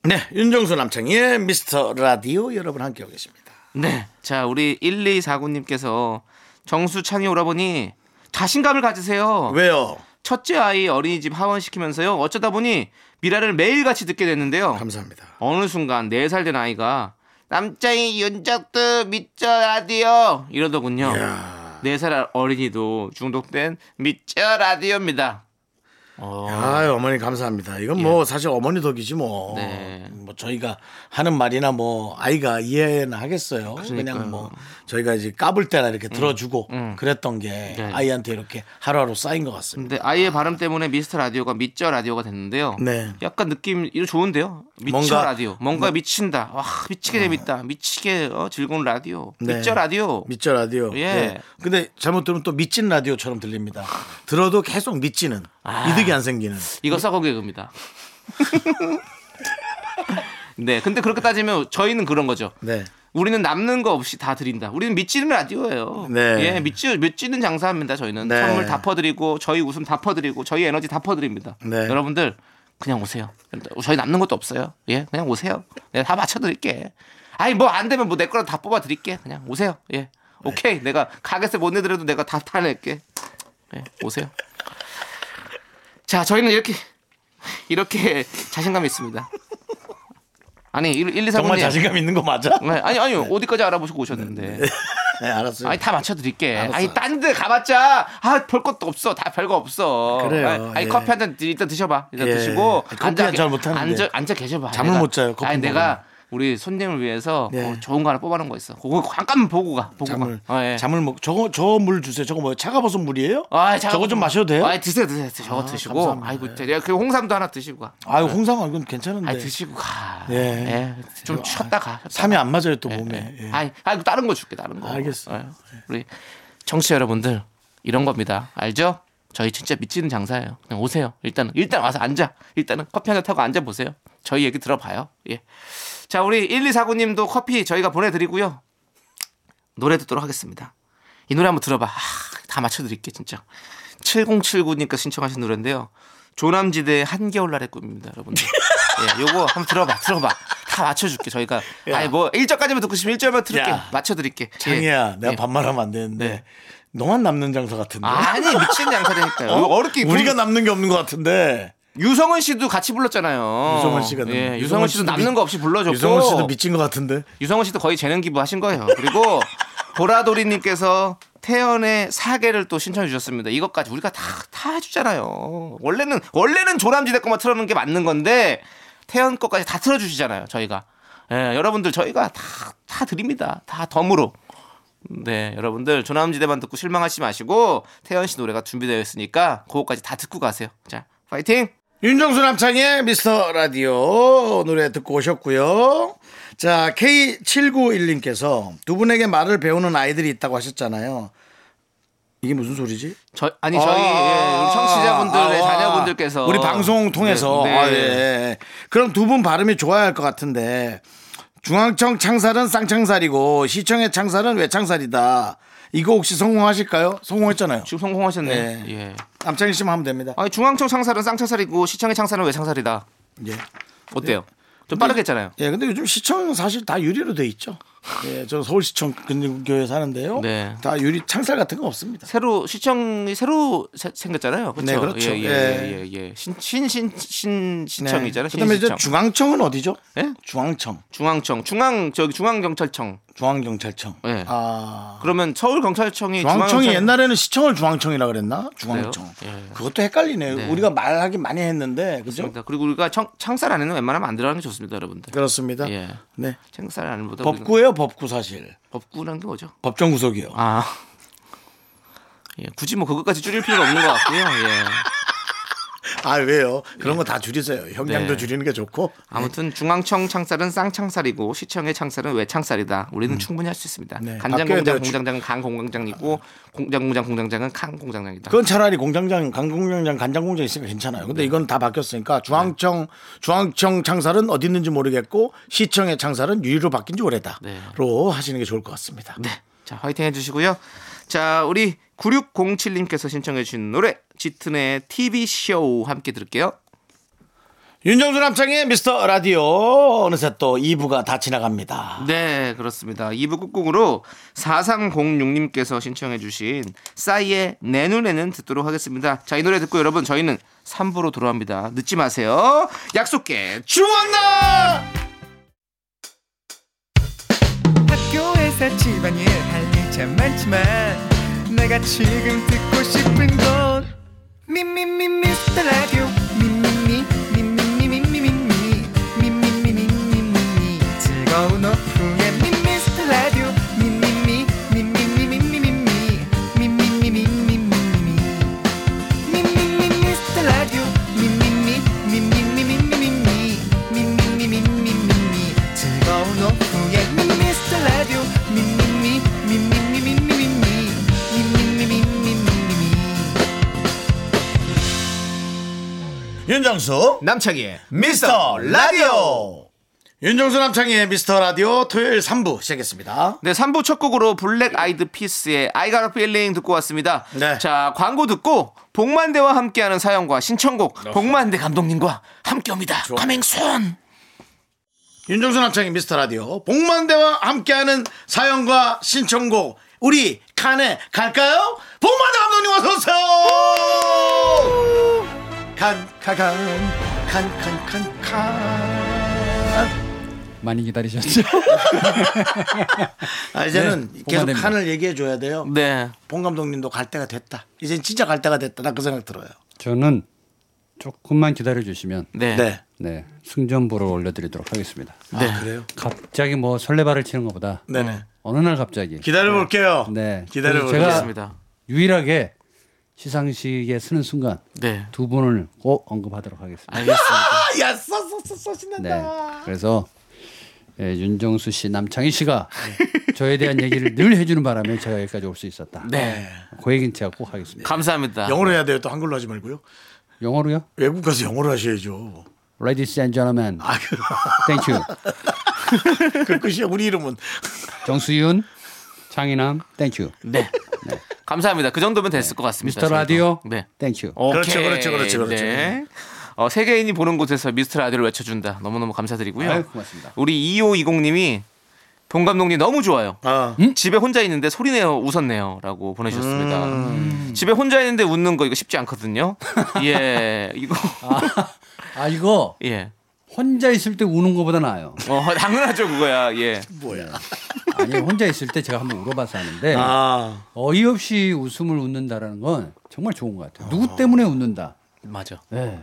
Speaker 1: 네, 윤정수 남창희의 미스터 라디오 여러분 함께하고 계십니다.
Speaker 2: 네. 자, 우리 1249님께서 정수찬이 오라버니 자신감을 가지세요.
Speaker 1: 왜요?
Speaker 2: 첫째 아이 어린이집 하원시키면서요. 어쩌다 보니 미라를 매일같이 듣게 됐는데요.
Speaker 1: 감사합니다.
Speaker 2: 어느 순간 4살 된 아이가 남자이 윤작드 미쳐 라디오 이러더군요. 네 4살 어린이도 중독된 미쳐 라디오입니다.
Speaker 1: 아유 어머니 감사합니다. 이건 뭐 사실 어머니 덕이지 뭐.
Speaker 2: 예. 네.
Speaker 1: 뭐 저희가 하는 말이나 뭐 아이가 이해는 하겠어요. 그냥뭐 저희가 이제 까불 때나 이렇게 들어주고 그랬던 게
Speaker 2: 음. 네.
Speaker 1: 아이한테 이렇게 하루하루 쌓인 것 같습니다.
Speaker 2: 근데 아이의 발음 때문에 미스터 라디오가 미쳐 라디오가 됐는데요.
Speaker 1: 네.
Speaker 2: 약간 느낌 이거 좋은데요. 미쳐
Speaker 1: 뭔가- 뭐 어.
Speaker 2: 라디오. 뭔가 미친다. 와 미치게 재밌다. 미치게 어, 즐거운 라디오.
Speaker 1: 네.
Speaker 2: 미쳐 라디오.
Speaker 1: 미쳐 라디오.
Speaker 2: 예.
Speaker 1: 네. 근데 잘못 들으면 또 미친 라디오처럼 들립니다. 들어도 계속 미치는
Speaker 2: 아.
Speaker 1: 이득이 안 생기는.
Speaker 2: 이거
Speaker 1: (laughs)
Speaker 2: 썩어 개그입니다. 네. 근데 그렇게 따지면 저희는 그런 거죠.
Speaker 1: 네.
Speaker 2: 우리는 남는 거 없이 다 드린다. 우리는 미치는 라디오예요.
Speaker 1: 네.
Speaker 2: 예, 미치, 미치는 장사합니다. 저희는
Speaker 1: 네.
Speaker 2: 선물 다 퍼드리고 저희 웃음 다 퍼드리고 저희 에너지 다 퍼드립니다.
Speaker 1: 네.
Speaker 2: 여러분들 그냥 오세요. 저희 남는 것도 없어요. 예, 그냥 오세요. 내가 다 맞춰드릴게. 아니 뭐 안 되면 뭐 내 거라도 다 뽑아드릴게. 그냥 오세요.
Speaker 1: 네.
Speaker 2: 예, 오케이. 내가 가게세 못 내더라도 내가 다 타낼게. 예, 오세요. 자, 저희는 이렇게 이렇게 자신감이 있습니다. 아니 1, 2, 3
Speaker 1: 정말 자신감 있는 거 맞아?
Speaker 2: 네, 아니 아니요 어디까지 알아보시고 오셨는데
Speaker 1: (laughs) 네 알았어요.
Speaker 2: 아니 다 맞춰드릴게
Speaker 1: 알았어.
Speaker 2: 아니 딴 데 가봤자 아 볼 것도 없어 다 별거 없어
Speaker 1: 그래요,
Speaker 2: 아니, 아니,
Speaker 1: 예.
Speaker 2: 커피 한 잔 일단 드셔봐 일단
Speaker 1: 예.
Speaker 2: 드시고
Speaker 1: 아니, 커피 한잔
Speaker 2: 계-
Speaker 1: 못하는데.
Speaker 2: 앉아, 앉아 계셔봐
Speaker 1: 잠을
Speaker 2: 내가-
Speaker 1: 못 자요, 커피
Speaker 2: 아니
Speaker 1: 먹으면.
Speaker 2: 내가 우리 손님을 위해서
Speaker 1: 예.
Speaker 2: 어, 좋은 거 하나 뽑아놓은 거 있어 그거 잠깐 보고 가 보고
Speaker 1: 잠을
Speaker 2: 가 어, 예.
Speaker 1: 잠을 먹 저거 저 물 주세요. 저거 뭐예요? 차가버섯 물이에요?
Speaker 2: 아, 잠깐-
Speaker 1: 저거 좀 마셔도 돼요?
Speaker 2: 아, 드세요, 드세요. 저거 드시고.
Speaker 1: 감사합니다.
Speaker 2: 아이고, 내가 그 홍삼도 하나 드시고 가.
Speaker 1: 아유 홍상아 이건 괜찮은데.
Speaker 2: 네. 아, 드시고 가.
Speaker 1: 예.
Speaker 2: 예. 좀 쉬었다 가. 쉬었다
Speaker 1: 삼이 안 맞아요 또
Speaker 2: 예,
Speaker 1: 몸에.
Speaker 2: 예.
Speaker 1: 예.
Speaker 2: 아니, 아니 다른 거 줄게 다른 거.
Speaker 1: 알겠어.
Speaker 2: 예. 우리 청취 자 여러분들 이런 겁니다. 알죠? 저희 진짜 미치는 장사예요. 그냥 오세요. 일단은 일단 와서 앉아. 일단은 커피 한 잔 타고 앉아 보세요. 저희 얘기 들어봐요. 예. 자, 우리 1249님도 커피 저희가 보내드리고요. 노래 듣도록 하겠습니다. 이 노래 한번 들어봐. 아, 다 맞춰드릴게 진짜. 7079님께서 신청하신 노래인데요. 조남지대의 한겨울날의 꿈입니다,
Speaker 1: (laughs)
Speaker 2: 여러분들. 예, 요거 한번 들어봐, 들어봐. 다 맞춰줄게 저희가. 아니 뭐 1절까지만 듣고 싶으면 1절만 들을게.
Speaker 1: 야.
Speaker 2: 맞춰드릴게. 예.
Speaker 1: 장이야, 내가
Speaker 2: 예.
Speaker 1: 반말하면 안 되는데
Speaker 2: 네.
Speaker 1: 너만 남는 장사 같은데. 어?
Speaker 2: 아니 미친 양사되니까요. 어렵게
Speaker 1: 우리가 남는 게 없는 것 같은데.
Speaker 2: 유성은 씨도 같이 불렀잖아요.
Speaker 1: 유성원 씨가 남-
Speaker 2: 예, 유성은 씨도 남는
Speaker 1: 미-
Speaker 2: 거 없이 불러줬고
Speaker 1: 유성원 씨도 미친 것 같은데.
Speaker 2: 유성원 씨도 거의 재능 기부하신 거예요.
Speaker 1: (laughs)
Speaker 2: 그리고 보라돌이님께서 태연의 사계를 또 신청해 주셨습니다. 이것까지 우리가 다 다 해주잖아요. 원래는 원래는 조남지대 것만 틀어놓는 게 맞는 건데 태연 것까지 다 틀어주시잖아요. 저희가 예, 여러분들 저희가 다 다 드립니다. 다 덤으로. 네, 여러분들 조남지대만 듣고 실망하지 마시고 태연 씨 노래가 준비되어 있으니까 그거까지 다 듣고 가세요. 자, 파이팅!
Speaker 1: 윤정수 남창의 미스터 라디오 노래 듣고 오셨고요. 자, K791님께서 두 분에게 말을 배우는 아이들이 있다고 하셨잖아요. 이게 무슨 소리지?
Speaker 2: 저 아니 저희 예, 우리 청취자분들의
Speaker 1: 아, 아, 아.
Speaker 2: 자녀분들께서
Speaker 1: 우리 방송 통해서
Speaker 2: 네, 네.
Speaker 1: 아, 예, 예. 그럼 두 분 발음이 좋아야 할 것 같은데 중앙청 창살은 쌍창살이고 시청의 창살은 외창살이다. 이거 혹시 성공하실까요? 성공했잖아요.
Speaker 2: 지금 성공하셨네.
Speaker 1: 네.
Speaker 2: 예.
Speaker 1: 남창희 씨만 하면 됩니다.
Speaker 2: 아니 중앙청 창살은 쌍창살이고 시청의 창살은 외창살이다.
Speaker 1: 예.
Speaker 2: 어때요? 좀 빠르겠잖아요.
Speaker 1: 예, 근데 요즘 시청은 사실 다 유리로 돼 있죠. 예, 저는 서울시청 근교에 사는데요.
Speaker 2: 네.
Speaker 1: 다 유리 창살 같은 거 없습니다.
Speaker 2: 새로 시청이 새로 세- 생겼잖아요. 그렇죠.
Speaker 1: 네, 그렇죠.
Speaker 2: 예, 예,
Speaker 1: 예.
Speaker 2: 예, 예. 신신신
Speaker 1: 네.
Speaker 2: 시청이잖아요.
Speaker 1: 그다음에 이제
Speaker 2: 신시청.
Speaker 1: 중앙청은 어디죠?
Speaker 2: 예?
Speaker 1: 중앙청,
Speaker 2: 중앙청, 중앙 저기 중앙경찰청.
Speaker 1: 중앙경찰청.
Speaker 2: 예.
Speaker 1: 아,
Speaker 2: 그러면 서울 경찰청이 아,
Speaker 1: 중앙청이 옛날에는 시청을 중앙청이라 그랬나? 중앙청.
Speaker 2: 그래요? 예.
Speaker 1: 그것도 헷갈리네요.
Speaker 2: 네.
Speaker 1: 우리가 말하기 많이 했는데 그죠?
Speaker 2: 그리고 우리가 청, 창살 안에는 웬만하면 안 들어가는 게 좋습니다, 여러분들.
Speaker 1: 그렇습니다.
Speaker 2: 예.
Speaker 1: 네.
Speaker 2: 창살 안보다 우리가-
Speaker 1: 법구예요, 법구 사실.
Speaker 2: 법구라는 게 뭐죠?
Speaker 1: 법정 구속이요.
Speaker 2: 아. (laughs) 예, 굳이 뭐 그것까지 줄일 필요가 없는 것 같고요. 예.
Speaker 1: 아, 왜요? 그런 거 다 줄이세요. 형량도
Speaker 2: 네.
Speaker 1: 줄이는 게 좋고.
Speaker 2: 아무튼 중앙청 창살은 쌍창살이고 시청의 창살은 외창살이다. 우리는 충분히 할 수 있습니다.
Speaker 1: 네,
Speaker 2: 간장
Speaker 1: 바뀌어야 돼요.
Speaker 2: 공장 공장장은 간 공장장이고 공장 공장 공장장은 간 공장장이다.
Speaker 1: 그건 차라리 공장장, 강공장장, 간장공장 있으니까 괜찮아요.
Speaker 2: 네.
Speaker 1: 근데 이건 다 바뀌었으니까 중앙청, 중앙청 창살은 어디 있는지 모르겠고 시청의 창살은 유리로 바뀐 지 오래다로
Speaker 2: 네.
Speaker 1: 하시는 게 좋을 것 같습니다.
Speaker 2: 네. 자, 화이팅 해 주시고요. 자, 우리 9607님께서 신청해 주신 노래 짙은의 TV 쇼 함께 들을게요.
Speaker 1: 윤정수 남창의 미스터 라디오 어느새 또 2부가 다 지나갑니다.
Speaker 2: 네, 그렇습니다. 2부 꾹꾹으로 4306님께서 신청해 주신 싸이의 내 눈에는 듣도록 하겠습니다. 자, 이 노래 듣고 여러분 저희는 3부로 돌아옵니다. 늦지 마세요. 약속해.
Speaker 1: 주원나
Speaker 4: 학교에서 집안일 할 일 참 많지만 내가 지금 듣고 싶은 건 미미미 미스터 라디오 미미미 미미미 미미미 미미미 미미미 즐거운 오후에 미스터 라디오 미미미 미미미 미미미 미미미 미미미 미미미
Speaker 1: 윤정수
Speaker 2: 남창희의
Speaker 1: 미스터 라디오 윤정수 남창의 미스터 라디오 토요일 3부 시작했습니다.
Speaker 2: 네, 3부 첫 곡으로 블랙 아이드 피스의 I Got a Feeling 듣고 왔습니다.
Speaker 1: 네.
Speaker 2: 자, 광고 듣고 복만대와 함께하는 사연과 신청곡 복만대 감독님과 함께 옵니다. 가맹손.
Speaker 1: 윤정수 남창의 미스터 라디오 복만대와 함께하는 사연과 신청곡 우리 칸에 갈까요? 복만대 감독님 어서 오세요. 칸칸칸칸칸칸칸
Speaker 5: 많이 기다리셨죠?
Speaker 1: 아, 이제는
Speaker 5: 네,
Speaker 1: 계속
Speaker 5: 복만대입니다.
Speaker 1: 칸을 얘기해 줘야 돼요.
Speaker 2: 네.
Speaker 1: 봉 감독님도 갈 때가 됐다. 이젠 진짜 갈 때가 됐다. 나 그 생각 들어요.
Speaker 5: (laughs) 저는 조금만 기다려 주시면
Speaker 2: 네.
Speaker 1: 네.
Speaker 5: 네 승전보를 올려드리도록 하겠습니다.
Speaker 1: 아, 그래요?
Speaker 5: 갑자기 뭐 설레발을 치는 것보다
Speaker 1: 네네.
Speaker 5: 어느 날 갑자기
Speaker 1: 기다려 볼게요.
Speaker 5: 네.
Speaker 1: 기다려
Speaker 5: 그래서 제가-
Speaker 1: 볼게요.
Speaker 2: 알겠습니다.
Speaker 5: 유일하게 시상식에 쓰는 순간
Speaker 2: 네.
Speaker 5: 두 분을 꼭 언급하도록 하겠습니다.
Speaker 2: 알겠습니다.
Speaker 1: 아, 야, 써써써 신난다.
Speaker 5: 네. 그래서 예, 윤정수 씨, 남창희 씨가 저에 대한 얘기를 늘 해주는 바람에 제가 여기까지 올 수 있었다.
Speaker 2: 네.
Speaker 5: 그 얘기는 제가 꼭
Speaker 2: (laughs)
Speaker 5: 하겠습니다. 아.
Speaker 2: 감사합니다.
Speaker 1: 영어로 해야 돼요. 또 한글로 하지 말고요.
Speaker 5: 영어로요?
Speaker 1: 외국 가서 영어로 하셔야죠.
Speaker 5: Ladies and gentlemen,
Speaker 1: 아, 그- (laughs)
Speaker 5: thank you.
Speaker 1: 그 끝이야. 우리 이름은
Speaker 5: 정수윤, 창희남, thank you.
Speaker 2: 네. 감사합니다. 그 정도면 됐을 것 같습니다.
Speaker 5: 미스터 라디오,
Speaker 2: 저희도. 네.
Speaker 5: thank you.
Speaker 1: 그렇죠,
Speaker 2: 오케이.
Speaker 1: 그렇죠, 그렇죠, 그렇죠.
Speaker 2: 네. 어, 세계인이 보는 곳에서 미스터 라디오를 외쳐준다. 너무너무 감사드리고요.
Speaker 5: 아유, 고맙습니다.
Speaker 2: 우리 2520님이 동 감독님 너무 좋아요.
Speaker 1: 아,
Speaker 2: 집에 혼자 있는데 소리내어 웃었네요라고 보내주셨습니다. 집에 혼자 있는데 웃는 거 이거 쉽지 않거든요. 예, (laughs) 이거
Speaker 5: 아 이거
Speaker 2: 예,
Speaker 5: 혼자 있을 때 우는 것보다 나아요.
Speaker 2: 어 당연하죠 그거야. 예,
Speaker 1: 뭐야.
Speaker 5: 아니 혼자 있을 때 제가 한번 울어봐서 하는데
Speaker 1: 아,
Speaker 5: 어이없이 웃음을 웃는다라는 건 정말 좋은 것 같아요. 누구 때문에 웃는다.
Speaker 2: 맞아.
Speaker 5: 네.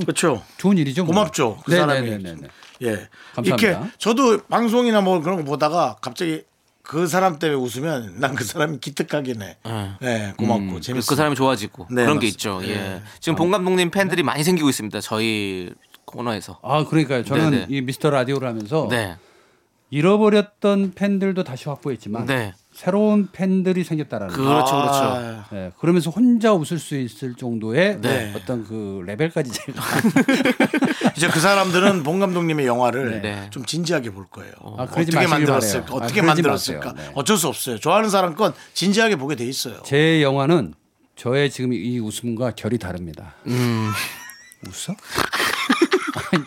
Speaker 1: 그렇죠.
Speaker 5: 좋은 일이죠. 뭐.
Speaker 1: 고맙죠. 그 사람이.
Speaker 5: 네네네네.
Speaker 1: 예.
Speaker 5: 감사합니다.
Speaker 1: 이렇게 저도 방송이나 뭐 그런 거 보다가 갑자기 그 사람 때문에 웃으면 난 그 사람이 기특하긴 해.
Speaker 2: 예.
Speaker 1: 예,
Speaker 5: 음,
Speaker 1: 고맙고
Speaker 2: 그,
Speaker 1: 재밌어.
Speaker 2: 그 사람이 좋아지고
Speaker 1: 네, 어.
Speaker 2: 그런
Speaker 1: 맞습니다.
Speaker 2: 게 있죠. 예. 지금 봉 감독님 팬들이 많이 생기고 있습니다. 저희 코너에서.
Speaker 5: 아 그러니까요. 저는
Speaker 2: 네네.
Speaker 5: 이 미스터 라디오를 하면서
Speaker 2: 네,
Speaker 5: 잃어버렸던 팬들도 다시 확보했지만
Speaker 2: 네,
Speaker 5: 새로운 팬들이 생겼다라는. 그...
Speaker 2: 그렇죠, 그렇죠.
Speaker 1: 아,
Speaker 5: 네, 그러면서 혼자 웃을 수 있을 정도의
Speaker 2: 네.
Speaker 5: 어떤 그 레벨까지 제가
Speaker 1: 이제 그 사람들은 봉 감독님의 영화를
Speaker 2: 네.
Speaker 1: 좀 진지하게 볼 거예요.
Speaker 5: 아,
Speaker 1: 어떻게
Speaker 5: 그러지 마시길
Speaker 1: 만들었을까?
Speaker 5: 바래요. 아,
Speaker 1: 어떻게
Speaker 5: 그러지
Speaker 1: 만들었을까?
Speaker 5: 마세요. 네.
Speaker 1: 어쩔 수 없어요. 좋아하는 사람 건 진지하게 보게 돼 있어요.
Speaker 5: 제 영화는 저의 지금 이 웃음과 결이 다릅니다. 음. 웃어? (laughs) 아니,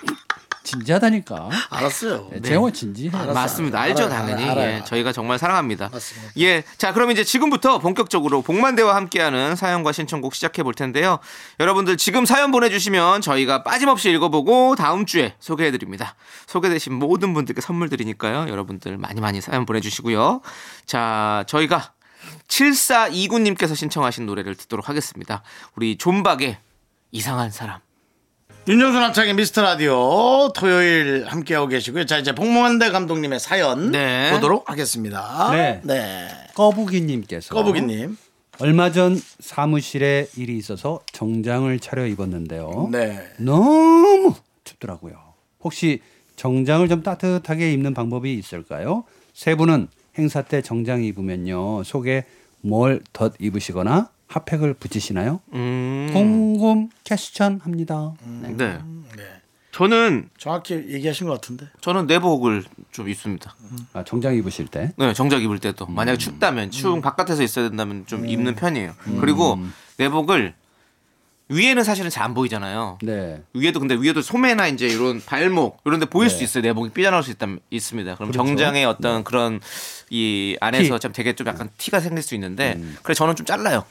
Speaker 5: 진지하다니까. 네,
Speaker 1: 알았어요.
Speaker 5: 제 영화 진지해.
Speaker 2: 네, 맞습니다. 알죠,
Speaker 1: 알아요,
Speaker 2: 당연히.
Speaker 1: 알아요.
Speaker 2: 예, 저희가 정말 사랑합니다. 예, 자, 그럼 이제 지금부터 본격적으로 복만대와 함께하는 사연과 신청곡 시작해 볼 텐데요. 여러분들 지금 사연 보내주시면 저희가 빠짐없이 읽어보고 다음 주에 소개해 드립니다. 소개되신 모든 분들께 선물 드리니까요. 여러분들 많이 많이 사연 보내주시고요. 자, 저희가 7429님께서 신청하신 노래를 듣도록 하겠습니다. 우리 존박의 이상한 사람.
Speaker 1: 윤정수 남창의 미스터 라디오 토요일 함께하고 계시고요. 자 이제 복무한대 감독님의 사연
Speaker 2: 네.
Speaker 1: 보도록 하겠습니다.
Speaker 5: 네. 꺼부기님께서
Speaker 1: 꺼부기님.
Speaker 5: 얼마 전 사무실에 일이 있어서 정장을 차려
Speaker 2: 어?
Speaker 5: 입었는데요.
Speaker 1: 네.
Speaker 5: 너무 춥더라고요. 혹시 정장을 좀 따뜻하게 입는 방법이 있을까요? 세 분은 행사 때 정장 입으면요 속에 뭘 덧 입으시거나 핫팩을 붙이시나요?
Speaker 2: 음,
Speaker 5: 궁금 퀘스천 합니다. 네.
Speaker 2: 네. 저는,
Speaker 1: 정확히 얘기하신 것 같은데.
Speaker 2: 저는 내복을 좀 입습니다.
Speaker 5: 아, 정장 입으실 때
Speaker 2: 네, 정작 입을 때도 만약 에
Speaker 5: 음.
Speaker 2: 춥다면 추운 바깥에서 있어야 된다면 좀 입는 편이에요. 그리고 내복을 위에는 사실은 잘 안 보이잖아요.
Speaker 5: 네.
Speaker 2: 위에도 근데 위에도 소매나 이제 이런 발목 이런 데 보일 수 있어요. 내복이 삐져나올 수 있다, 있습니다. 그럼 정장의 어떤 그런 이 안에서
Speaker 5: 그렇죠. 네. 티. 음.
Speaker 2: 좀 되게 좀 약간 티가 생길 수 있는데 그래서 저는 좀 잘라요.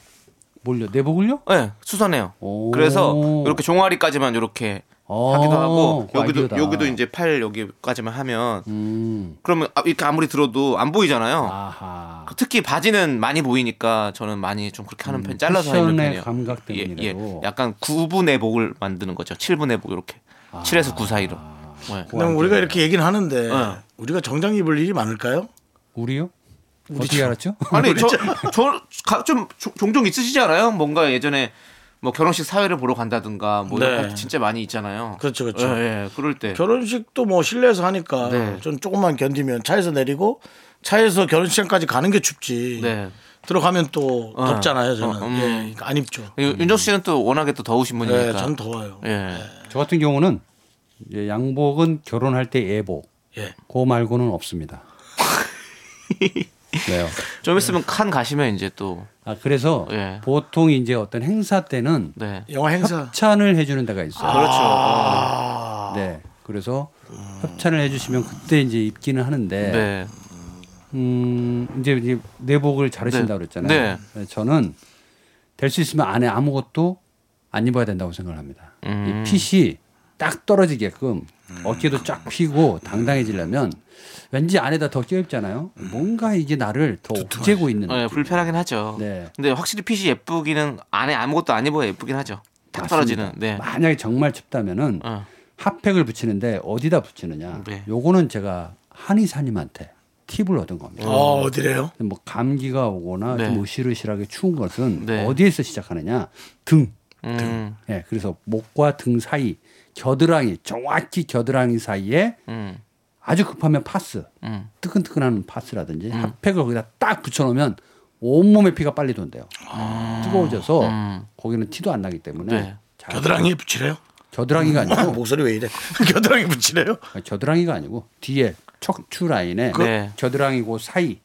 Speaker 5: 몰려 내복을요?
Speaker 2: 예, 수선해요.
Speaker 5: 오.
Speaker 2: 그래서 이렇게 종아리까지만 이렇게
Speaker 5: 어,
Speaker 2: 하기도 하고
Speaker 5: 그거
Speaker 2: 여기도
Speaker 5: 아이디어다.
Speaker 2: 여기도 이제 팔 여기까지만 하면
Speaker 5: 음.
Speaker 2: 그러면 아, 이렇게 아무리 들어도 안 보이잖아요.
Speaker 5: 아하.
Speaker 2: 특히 바지는 많이 보이니까 저는 많이 좀 그렇게 하는 편 잘라서 하는
Speaker 5: 음, 패션의
Speaker 2: 편이에요. 예,
Speaker 5: 감각 때문이라고.
Speaker 2: 약간 9분의 복을 만드는 거죠. 7분의 복 이렇게.
Speaker 5: 아.
Speaker 2: 7에서 9 사이로. 네.
Speaker 5: 그
Speaker 1: 근데 뭐 우리가 이렇게 얘기는 하는데 우리가 정장 입을 일이 많을까요?
Speaker 5: 우리요? 어떻게 알았죠?
Speaker 2: 아니 저저좀 종종 있으시지 않아요? 뭔가 예전에 뭐 결혼식 사회를 보러 간다든가 뭐 이런
Speaker 1: 네.
Speaker 2: 파티 진짜 많이 있잖아요.
Speaker 1: 그렇죠, 그렇죠.
Speaker 2: 예, 예. 그럴 때
Speaker 1: 결혼식도 뭐 실내에서 하니까
Speaker 2: 네.
Speaker 1: 전 조금만 견디면 차에서 내리고 차에서 결혼식장까지 가는 게 춥지.
Speaker 2: 네.
Speaker 1: 들어가면 또
Speaker 2: 어.
Speaker 1: 덥잖아요. 저는
Speaker 2: 어, 음.
Speaker 1: 예, 그러니까 안 입죠.
Speaker 2: 그리고
Speaker 5: 음.
Speaker 2: 윤정 씨는 또 워낙에 또 더우신 분이니까.
Speaker 1: 예, 전 더워요. 예.
Speaker 2: 예.
Speaker 5: (laughs) 저 같은 경우는 이제 양복은 결혼할 때 예복. 그거 말고는
Speaker 2: (laughs)
Speaker 5: 없습니다. 왜요?
Speaker 2: 좀 있으면 칸 가시면 이제 또
Speaker 5: 아 그래서
Speaker 2: 예.
Speaker 5: 보통 이제 어떤 행사 때는
Speaker 2: 네.
Speaker 1: 영화 행사
Speaker 5: 협찬을 해주는 데가 있어요.
Speaker 2: 그렇죠. 아,
Speaker 5: 네. 그래서 협찬을 해주시면 그때 이제 입기는 하는데
Speaker 2: 음. 네.
Speaker 5: 음 이제, 이제 내복을 자르신다 고
Speaker 2: 네.
Speaker 5: 그랬잖아요. 저는 될 수 있으면 안에 아무것도 안 입어야 된다고 생각을 합니다.
Speaker 2: 음.
Speaker 5: 이 핏이 딱 떨어지게끔 어깨도 쫙 펴고 당당해지려면 왠지 안에다 더 껴입잖아요. 뭔가 이게 나를 더 억제고 있는
Speaker 2: 네, 불편하긴 하죠.
Speaker 5: 네.
Speaker 2: 근데 확실히 핏이 예쁘기는 안에 아무것도 안 입어야 예쁘긴 하죠. 딱 떨어지는.
Speaker 5: 맞습니다.
Speaker 2: 네.
Speaker 5: 만약에 정말 춥다면은
Speaker 2: 어.
Speaker 5: 핫팩을 붙이는데 어디다 붙이느냐.
Speaker 2: 네.
Speaker 5: 요거는 제가 한의사님한테 팁을 얻은 겁니다.
Speaker 1: 어, 어디래요?
Speaker 5: 근데 뭐 감기가 오거나
Speaker 2: 네.
Speaker 5: 좀 으실으실하게 추운 것은
Speaker 2: 네.
Speaker 5: 어디에서 시작하느냐 등.
Speaker 2: 음.
Speaker 5: 예, 그래서 목과 등 사이 겨드랑이 정확히 겨드랑이 사이에
Speaker 2: 음.
Speaker 5: 아주 급하면 파스,
Speaker 2: 음.
Speaker 5: 뜨끈뜨끈한 파스라든지 핫팩을 거기다 딱 붙여놓으면 온몸에 피가 빨리 돈대요. 뜨거워져서 거기는 티도 안 나기 때문에
Speaker 2: 아. 음. 네.
Speaker 5: 잘-
Speaker 6: 겨드랑이에 붙이래요?
Speaker 5: 저드랑이가
Speaker 6: 음.
Speaker 5: 아니고
Speaker 1: 목소리 왜 이래?
Speaker 6: 어, (laughs) 겨드랑이 붙이래요?
Speaker 5: 아니, 저드랑이가 아니고 뒤에 척추 라인에
Speaker 6: 그
Speaker 2: 네.
Speaker 5: 저드랑이고 사이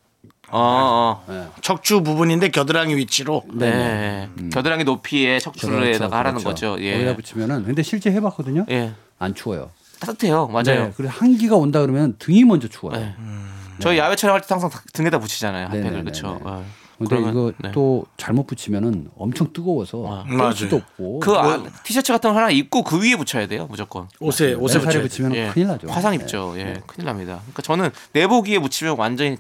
Speaker 2: 어, 어.
Speaker 5: 네,
Speaker 6: 척추 부분인데 겨드랑이 위치로.
Speaker 2: 네. 겨드랑이 높이에 척추에다가 하라는 거죠. 예.
Speaker 5: 그렇죠, 거기다 붙이면은 근데 실제 해봤거든요.
Speaker 2: 예.
Speaker 5: 안 추워요.
Speaker 2: 따뜻해요. 맞아요.
Speaker 5: 네, 그리고 한기가 온다 그러면 등이 먼저 추워요.
Speaker 2: 네. 저희 야외 촬영할 때도 항상 등에다 붙이잖아요.
Speaker 5: 네, 네,
Speaker 2: 핫팩을
Speaker 5: 네,
Speaker 2: 그렇죠.
Speaker 5: 네. 근데 이거
Speaker 2: 네.
Speaker 5: 또 잘못 붙이면은 엄청 뜨거워서 뗄
Speaker 6: 맞아요.
Speaker 5: 수도 없고
Speaker 2: 그 안- 티셔츠 같은 거 하나 입고 그 위에 붙여야 돼요, 무조건.
Speaker 1: 옷에 옷에
Speaker 5: 옷에
Speaker 1: 붙여야 돼.
Speaker 5: 네, 붙이면
Speaker 2: 예.
Speaker 5: 어, 큰일 나죠.
Speaker 2: 화상
Speaker 5: 네.
Speaker 2: 입죠. 예, 큰일 납니다. 그러니까 저는 내복위에 붙이면 완전히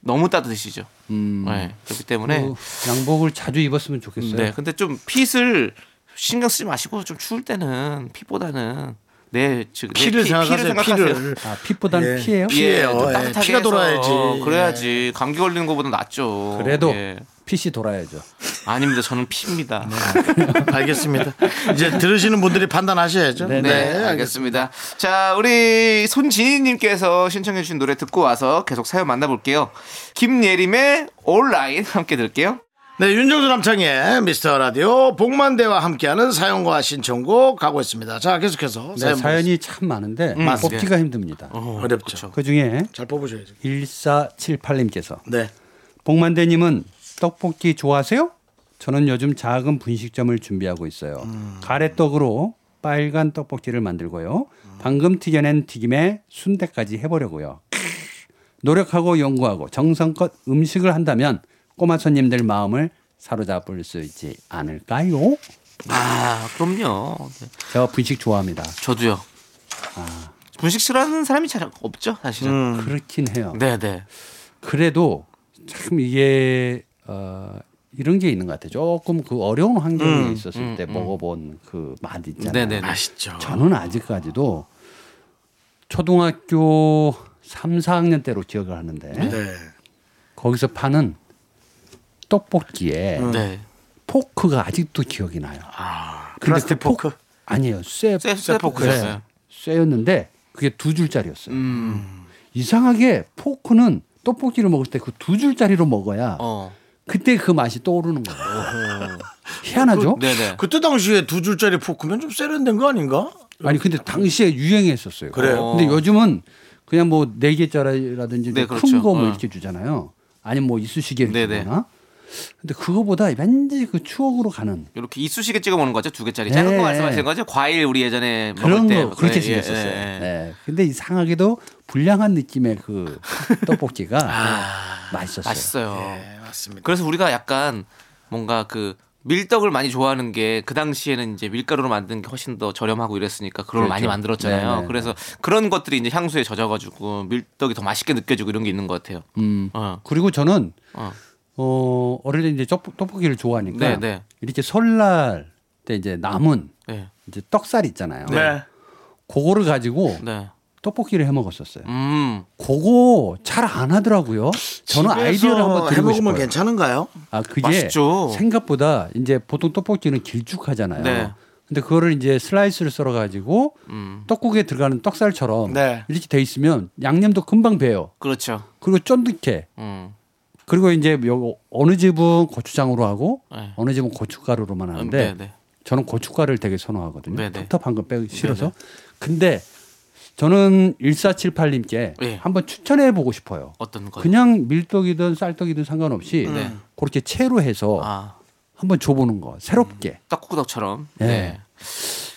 Speaker 2: 너무 따뜻해지죠.
Speaker 5: 음.
Speaker 2: 예, 그렇기
Speaker 5: 그
Speaker 2: 때문에
Speaker 5: 양복을 자주 입었으면 좋겠어요.
Speaker 2: 네, 근데 좀 핏을 신경 쓰지 마시고 좀 추울 때는 핏보다는 내 즉, 내
Speaker 6: 피를
Speaker 2: 피-
Speaker 6: 생각하세요. 피를.
Speaker 5: 아, 핏보다는
Speaker 1: 예.
Speaker 5: 피예요.
Speaker 1: 피- 피예요.
Speaker 2: 좀
Speaker 1: 예,
Speaker 2: 따뜻하게
Speaker 6: 피가
Speaker 2: 해서
Speaker 6: 돌아야지.
Speaker 2: 그래야지 감기 걸리는 것보다 낫죠.
Speaker 5: 그래도
Speaker 2: 예.
Speaker 5: 핏이 돌아야죠.
Speaker 2: 아닙니다. 저는 피입니다.
Speaker 6: (laughs) 알겠습니다. 이제 들으시는 분들이 판단하셔야죠.
Speaker 2: 네, 알겠습니다. 자, 우리 손진희님께서 신청해주신 노래 듣고 와서 계속 사연 만나볼게요. 김예림의 온라인 함께 들게요.
Speaker 6: 네, 윤정수 남창의 미스터 라디오 복만대와 함께하는 사연과 신청곡 가고 있습니다. 자, 계속해서
Speaker 5: 네,
Speaker 6: 사연 보겠습니다.
Speaker 5: 사연이 참 많은데
Speaker 2: 음. 예.
Speaker 5: 뽑기가 힘듭니다.
Speaker 6: 어렵죠.
Speaker 5: 그 중에
Speaker 6: 잘 뽑으셔야죠.
Speaker 5: 1478님께서
Speaker 6: 네.
Speaker 5: 복만대님은 떡볶이 좋아하세요? 저는 요즘 작은 분식점을 준비하고 있어요. 가래떡으로 빨간 떡볶이를 만들고요. 방금 튀겨낸 튀김에 순대까지 해보려고요. 노력하고 연구하고 정성껏 음식을 한다면 꼬마 손님들 마음을 사로잡을 수 있지 않을까요?
Speaker 2: 아, 그럼요. 네.
Speaker 5: 저 분식 좋아합니다.
Speaker 2: 저도요. 분식 싫어하는 사람이 잘 없죠, 사실은.
Speaker 5: 음. 그렇긴 해요.
Speaker 2: 음. 네, 네.
Speaker 5: 그래도 참 이게 어, 이런 게 있는 것 같아요. 조금 그 어려운 환경에 있었을 때 먹어본 그 맛 있잖아요.
Speaker 2: 음, 네네네.
Speaker 6: 아시죠?
Speaker 5: 저는 아직까지도 초등학교 3, 4학년 때로 기억을 하는데
Speaker 6: 네.
Speaker 5: 거기서 파는 떡볶이에
Speaker 2: 네.
Speaker 5: 포크가 아직도 기억이 나요. 근데 그 포크? 아니에요. 쇠,
Speaker 2: 쇠- 쇠포크였어요.
Speaker 5: 네, 쇠였는데 그게 두 줄짜리였어요. 이상하게 포크는 떡볶이를 먹을 때 그 두 줄짜리로 먹어야
Speaker 2: 어.
Speaker 5: 그때 그 맛이 떠오르는 거예요. 희한하죠?
Speaker 2: 네네.
Speaker 6: 그때 당시에 두 줄짜리 포크면 좀 세련된 거 아닌가?
Speaker 5: 아니 근데 당시에 유행했었어요.
Speaker 6: 그래요?
Speaker 5: 근데 요즘은 그냥 뭐 네 개짜리라든지
Speaker 2: 네,
Speaker 5: 큰
Speaker 2: 그렇죠.
Speaker 5: 거 뭐
Speaker 2: 어.
Speaker 5: 이렇게 주잖아요. 아니면 뭐 이쑤시개를
Speaker 2: 네네.
Speaker 5: 주거나. 근데 그거보다 왠지 그 추억으로 가는
Speaker 2: 이렇게 이쑤시개 찍어 먹는 거죠, 두 개짜리.
Speaker 5: 네.
Speaker 2: 작은 거 말씀하시는 거죠? 과일 우리 예전에 먹을
Speaker 5: 그런
Speaker 2: 때.
Speaker 5: 거 그렇게
Speaker 2: 예,
Speaker 5: 생겼었어요.
Speaker 2: 예, 예.
Speaker 5: 네. 근데 이상하게도 불량한 느낌의 그 떡볶이가 맛있었어요.
Speaker 2: 맛있어요.
Speaker 5: 예.
Speaker 6: 네, 맞습니다.
Speaker 2: 그래서 우리가 약간 뭔가 그 밀떡을 많이 좋아하는 게 그 당시에는 이제 밀가루로 만든 게 훨씬 더 저렴하고 이랬으니까 그걸
Speaker 5: 그렇죠.
Speaker 2: 많이 만들었잖아요.
Speaker 5: 네, 네,
Speaker 2: 그래서 그런 것들이 이제 향수에 젖어가지고 밀떡이 더 맛있게 느껴지고 이런 게 있는 것 같아요.
Speaker 5: 음.
Speaker 2: 어.
Speaker 5: 그리고 저는
Speaker 2: 어.
Speaker 5: 어 어릴 때 이제 떡- 떡볶이를 좋아하니까
Speaker 2: 네, 네.
Speaker 5: 이렇게 설날 때 이제 남은
Speaker 2: 네.
Speaker 5: 이제 떡살 있잖아요.
Speaker 6: 네.
Speaker 5: 그거를 가지고
Speaker 2: 네.
Speaker 5: 떡볶이를 해 먹었었어요.
Speaker 2: 음.
Speaker 5: 그거 잘 안 하더라고요. 저는 아이디어를 한번 드리고
Speaker 1: 해먹으면
Speaker 5: 싶어요.
Speaker 1: 괜찮은가요?
Speaker 5: 아 그게
Speaker 2: 맛있죠.
Speaker 5: 생각보다 이제 보통 떡볶이는 길쭉하잖아요.
Speaker 2: 네.
Speaker 5: 근데 그거를 이제 슬라이스를 썰어 가지고
Speaker 2: 음.
Speaker 5: 떡국에 들어가는 떡살처럼
Speaker 6: 네.
Speaker 5: 이렇게 돼 있으면 양념도 금방 배요.
Speaker 2: 그렇죠.
Speaker 5: 그리고 쫀득해.
Speaker 2: 음.
Speaker 5: 그리고 이제 요 어느 집은 고추장으로 하고
Speaker 2: 네.
Speaker 5: 어느 집은 고춧가루로만 하는데
Speaker 2: 음, 네, 네.
Speaker 5: 저는 고춧가루를 되게 선호하거든요.
Speaker 2: 네, 네.
Speaker 5: 텁텁한 거 빼기 싫어서. 근데 저는 1478님께
Speaker 2: 예.
Speaker 5: 한번 추천해 보고 싶어요.
Speaker 2: 어떤 거?
Speaker 5: 그냥 밀떡이든 쌀떡이든 상관없이
Speaker 2: 네.
Speaker 5: 그렇게 채로 해서
Speaker 2: 아,
Speaker 5: 한번 줘보는 거 새롭게.
Speaker 2: 떡국떡처럼.
Speaker 5: 네.
Speaker 2: 네.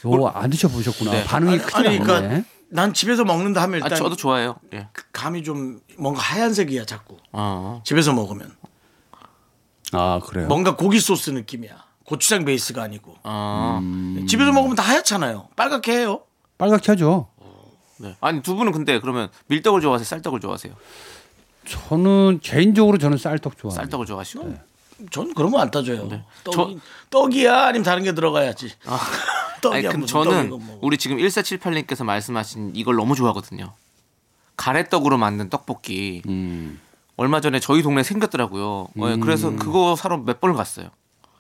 Speaker 5: 요거 안 드셔보셨구나.
Speaker 2: 네.
Speaker 5: 반응이 크지
Speaker 6: 아니,
Speaker 5: 않네.
Speaker 6: 그러니까 난 집에서 먹는다 하면
Speaker 2: 아,
Speaker 6: 일단
Speaker 2: 저도 좋아해요. 예.
Speaker 6: 그 감이 좀 뭔가 하얀색이야 자꾸.
Speaker 2: 어.
Speaker 6: 집에서 먹으면
Speaker 5: 아 그래요.
Speaker 6: 뭔가 고기 소스 느낌이야. 고추장 베이스가 아니고
Speaker 2: 어.
Speaker 5: 음.
Speaker 6: 집에서 먹으면 다 하얗잖아요. 빨갛게 해요.
Speaker 5: 빨갛게 하죠.
Speaker 2: 네. 아니 두 분은 근데 그러면 밀떡을 좋아하세요? 쌀떡을 좋아하세요?
Speaker 5: 저는 개인적으로 저는 쌀떡 좋아합니다.
Speaker 2: 쌀떡을 좋아하시고?
Speaker 5: 네.
Speaker 6: 전 그런 거 안 따져요.
Speaker 2: 네. 저-
Speaker 6: 떡이, 떡이야 아니면 다른 게 들어가야지.
Speaker 2: 아니,
Speaker 6: (laughs) 떡이야
Speaker 2: 근데
Speaker 6: 무슨 저는
Speaker 2: 저는
Speaker 6: 떡이고 뭐.
Speaker 2: 우리 지금 1478님께서 말씀하신 이걸 너무 좋아하거든요. 가래떡으로 만든 떡볶이.
Speaker 5: 음.
Speaker 2: 얼마 전에 저희 동네에 생겼더라고요. 예, 그래서 그거 사러 몇 번을 갔어요.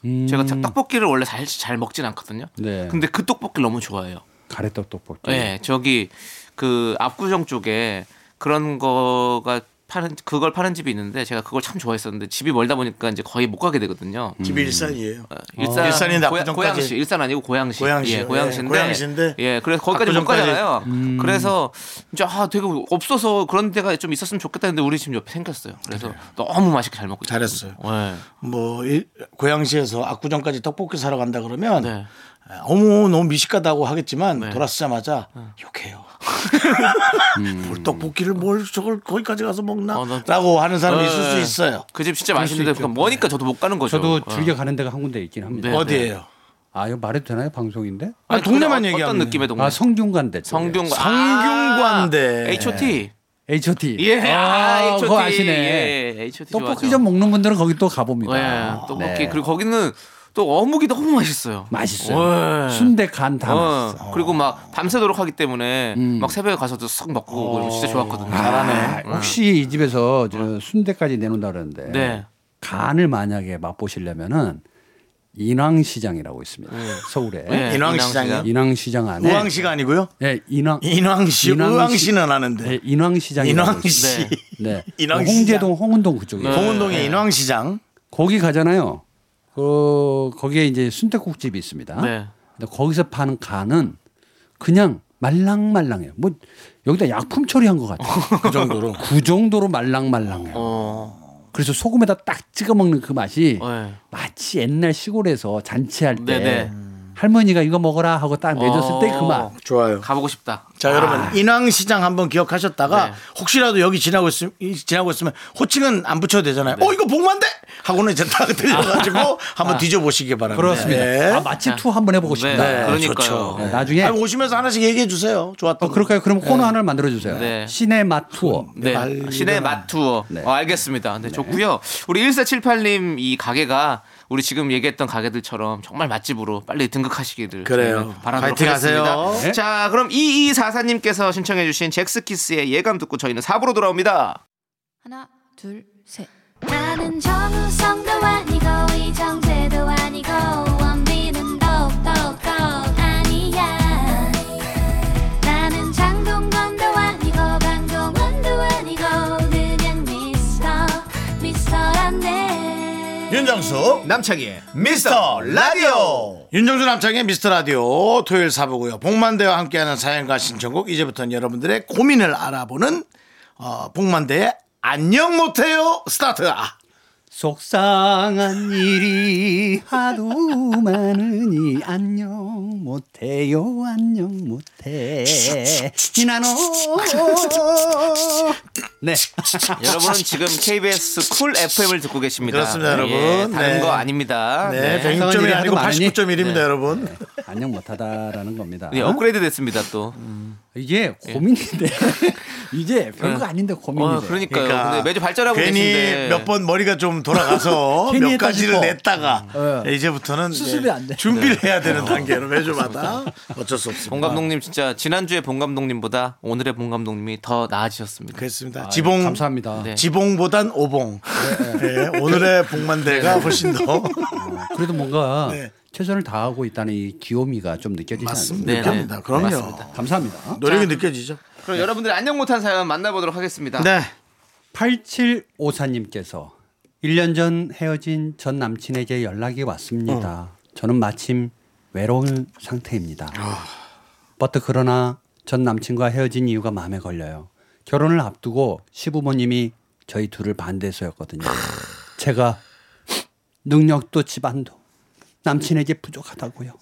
Speaker 5: 음,
Speaker 2: 제가 자- 떡볶이를 원래 잘, 잘 먹진 않거든요.
Speaker 5: 네.
Speaker 2: 근데 그 떡볶이 를 너무 좋아해요.
Speaker 1: 예.
Speaker 5: 가래떡 떡볶이.
Speaker 2: 예, 저기 그 압구정 쪽에 그런 거가 파는 그걸 파는 집이 있는데 제가 그걸 참 좋아했었는데 집이 멀다 보니까 이제 거의 못 가게 되거든요.
Speaker 1: 집이 일산이에요.
Speaker 2: 어, 일산
Speaker 1: 일산이
Speaker 2: 고야-
Speaker 1: 낙구정까지-
Speaker 2: 고양시 일산 아니고 고양시
Speaker 1: 고양시.
Speaker 2: 예, 고양시인데,
Speaker 1: 예, 고양시인데
Speaker 2: 예 그래서 거기까지 못
Speaker 1: 낙구정까지. 음.
Speaker 2: 가잖아요. 그래서 이제 아 되게 없어서 그런 데가 좀 있었으면 좋겠다 했는데 우리 집 옆에 생겼어요. 그래서 너무 맛있게 잘 먹고 있어요.
Speaker 1: 네. 잘했어요.
Speaker 2: 예.
Speaker 1: 뭐 일- 고양시에서 압구정까지 떡볶이 사러 간다 그러면
Speaker 2: 네.
Speaker 1: 아, 어머 너무 미식가다고 하겠지만 돌아서자마자 (laughs) 욕해요. 음. 뭘 떡볶이를 뭘 저걸 거기까지 가서
Speaker 2: 어, 나-
Speaker 1: 먹나라고 네. 하는 사람이 있을 수 있어요.
Speaker 2: 그 집 진짜 맛있는데 그러니까 뭐니까 저도 못 가는 거죠.
Speaker 5: 저도
Speaker 2: 예.
Speaker 5: 즐겨 가는 데가 한 군데 있긴 합니다.
Speaker 2: 네.
Speaker 1: 어디에요?
Speaker 5: 아 이거 말해도 되나요 방송인데?
Speaker 1: 아니, 동네만
Speaker 2: 그냥
Speaker 1: 얘기하면
Speaker 2: 어떤 느낌의 동네?
Speaker 5: 아 성균관대 쪽에.
Speaker 2: 성균관
Speaker 1: 성균관대.
Speaker 2: 아, HOT
Speaker 5: H.O.T.
Speaker 2: 예, 아,
Speaker 5: 아,
Speaker 2: HOT.
Speaker 5: 그거 아시네.
Speaker 2: 예, HOT
Speaker 5: 떡볶이
Speaker 2: 좋아하죠.
Speaker 5: 좀 먹는 분들은 거기 또 가봅니다.
Speaker 2: 예, 떡볶이
Speaker 5: 네.
Speaker 2: 그리고 거기는 또 어묵이 너무 맛있어요.
Speaker 5: 맛있어요.
Speaker 2: 예.
Speaker 5: 순대 간다
Speaker 2: 어,
Speaker 5: 맛있어. 음.
Speaker 2: 그리고 막 밤새도록 하기 때문에 막 새벽에 가서도 쓱 먹고 그러면 진짜 좋았거든요.
Speaker 5: 어. 아, 혹시 이 집에서 저 순대까지 내놓는다 그러는데
Speaker 2: 네.
Speaker 5: 간을 만약에 맛보시려면은 인왕시장이라고 있습니다. 서울에 네,
Speaker 2: 예,
Speaker 1: 네, 인왕시장이요?
Speaker 2: 인왕시장.
Speaker 5: 인왕시장 안에
Speaker 1: 네. 우왕시가 아니고요.
Speaker 5: 예, 인왕
Speaker 1: 인왕시,
Speaker 5: 인왕시-
Speaker 1: 우왕시는 아는데
Speaker 5: 네, 인왕시장이
Speaker 1: 인왕시,
Speaker 5: 네.
Speaker 1: (laughs) 인왕시장. 네.
Speaker 5: 홍제동 홍은동 그쪽에. 요
Speaker 1: 공운동의 인왕시장.
Speaker 5: 거기 가잖아요. 그 거기에 이제 순대국집이 있습니다.
Speaker 2: 네.
Speaker 5: 근데 거기서 파는 간은 그냥 말랑말랑해요. 뭐 여기다 약품 처리한 것 같아요. 그 정도로. 그 정도로 말랑말랑해요.
Speaker 2: 어.
Speaker 5: 그래서 소금에다 딱 찍어 먹는 그 맛이
Speaker 2: 네.
Speaker 5: 마치 옛날 시골에서 잔치할 때
Speaker 2: 네네.
Speaker 5: 할머니가 이거 먹어라 하고 딱 내줬을 때 그
Speaker 2: 어.
Speaker 5: 맛.
Speaker 1: (laughs) 좋아요.
Speaker 2: 가보고 싶다.
Speaker 1: 자 여러분 인왕시장 한번 기억하셨다가
Speaker 2: 네.
Speaker 1: 혹시라도 여기 지나고 있으면 지나고 있으면 호칭은 안 붙여도 되잖아요.
Speaker 5: 네.
Speaker 1: 어 이거 복만데 하고는 이제 딱 들려가지고 한번 뒤져보시기 바랍니다.
Speaker 5: 아. 그렇습니다.
Speaker 1: 네.
Speaker 5: 아, 맛집 투어 한번 해보고
Speaker 2: 네,
Speaker 5: 싶다.
Speaker 2: 그러니까요.
Speaker 5: 네, 나중에
Speaker 1: 아니, 오시면서 하나씩 얘기해 주세요. 좋았던
Speaker 5: 어, 그럴까요? 그럼 코너 하나를 만들어 주세요.
Speaker 2: 네.
Speaker 5: 시내 맛 투어.
Speaker 2: 네.
Speaker 1: 말이나.
Speaker 2: 시내 마투어. 어, 알겠습니다. 네, 좋고요. 우리 1478님 이 가게가 우리 지금 얘기했던 가게들처럼 정말 맛집으로 빨리 등극하시기를
Speaker 1: 그래요.
Speaker 2: 저희는 바라도록
Speaker 1: 파이팅 하세요.
Speaker 2: 하겠습니다.
Speaker 5: 네.
Speaker 2: 자, 그럼 2244님께서 신청해 주신 잭스키스의 예감 듣고 저희는 4부로 돌아옵니다.
Speaker 7: 하나, 둘, 셋.
Speaker 3: 나는 정우성도 아니고 이정재도 아니고 원빈은 더욱더 아니야 나는 장동건도 아니고 강동원도 아니고 그냥 미스터 미스터란데
Speaker 1: 윤정수 남창희 미스터 라디오 윤정수 남창희 미스터 라디오 토요일 사부고요 복만대와 함께하는 사연과 신청곡 이제부터는 여러분들의 고민을 알아보는 어, 복만대의 안녕 못해요 스타트 아,
Speaker 5: 속상한 일이 하도 많으니 안녕 못해요 안녕
Speaker 2: (laughs)
Speaker 5: 못해 이나노 네
Speaker 1: 아,
Speaker 2: 여러분은 지금 KBS 쿨 FM을 듣고 계십니다.
Speaker 1: 그렇습니다, 여러분.
Speaker 2: 예, 다른
Speaker 1: 네.
Speaker 2: 거 아닙니다.
Speaker 1: 네,
Speaker 5: 네.
Speaker 1: 100점이
Speaker 5: 하는
Speaker 1: 아니고
Speaker 5: 거 많으니? 네.
Speaker 1: 89.1입니다 여러분
Speaker 5: 안녕 못하다라는 겁니다
Speaker 1: 아.
Speaker 2: 네, 업그레이드 됐습니다 또.
Speaker 5: 이게 고민인데 (laughs) 이게 별거 아닌데 고민이
Speaker 2: 예. 어,
Speaker 5: 돼
Speaker 2: 그러니까요. 근데 매주 발전하고
Speaker 1: 음. 괜히
Speaker 2: 계신데
Speaker 1: 몇 번 머리가 좀 돌아가서
Speaker 5: (laughs) 괜히
Speaker 1: 몇
Speaker 5: 했다
Speaker 1: 가지를
Speaker 5: 싶어.
Speaker 1: 냈다가
Speaker 5: 예.
Speaker 1: 이제부터는 이제
Speaker 5: 수습이 안 돼.
Speaker 1: 준비를
Speaker 2: 네.
Speaker 1: 해야
Speaker 2: 어.
Speaker 1: 되는 단계로 매주마다 어쩔 수 없습니다.
Speaker 2: 봉 감독님 진짜 지난주에 봉 감독님보다 오늘의 봉 감독님이 더 나아지셨습니다.
Speaker 1: 그렇습니다. 지봉
Speaker 5: 감사합니다
Speaker 2: 네.
Speaker 1: 지봉보단 오봉.
Speaker 5: 네.
Speaker 1: 예, 오늘의 복만대가
Speaker 2: 네.
Speaker 1: 훨씬 더
Speaker 5: 어, 그래도 뭔가
Speaker 1: 네.
Speaker 5: 최선을 다하고 있다는 이 귀요미가 좀 느껴지지
Speaker 1: 맞습니다.
Speaker 5: 않습니까
Speaker 2: 네, 네.
Speaker 1: 느낍니다. 그럼요.
Speaker 5: 맞습니다. 감사합니다
Speaker 1: 노력이 느껴지죠.
Speaker 2: 그럼 여러분들 안녕 못한 사연 만나보도록 하겠습니다.
Speaker 1: 네.
Speaker 5: 8754님께서 1년 전 헤어진 전 남친에게 연락이 왔습니다. 저는 마침 외로운 상태입니다. 버트 그러나 전 남친과 헤어진 이유가 마음에 걸려요. 결혼을 앞두고 시부모님이 저희 둘을 반대해서였거든요. 제가 능력도 집안도 남친에게 부족하다고요.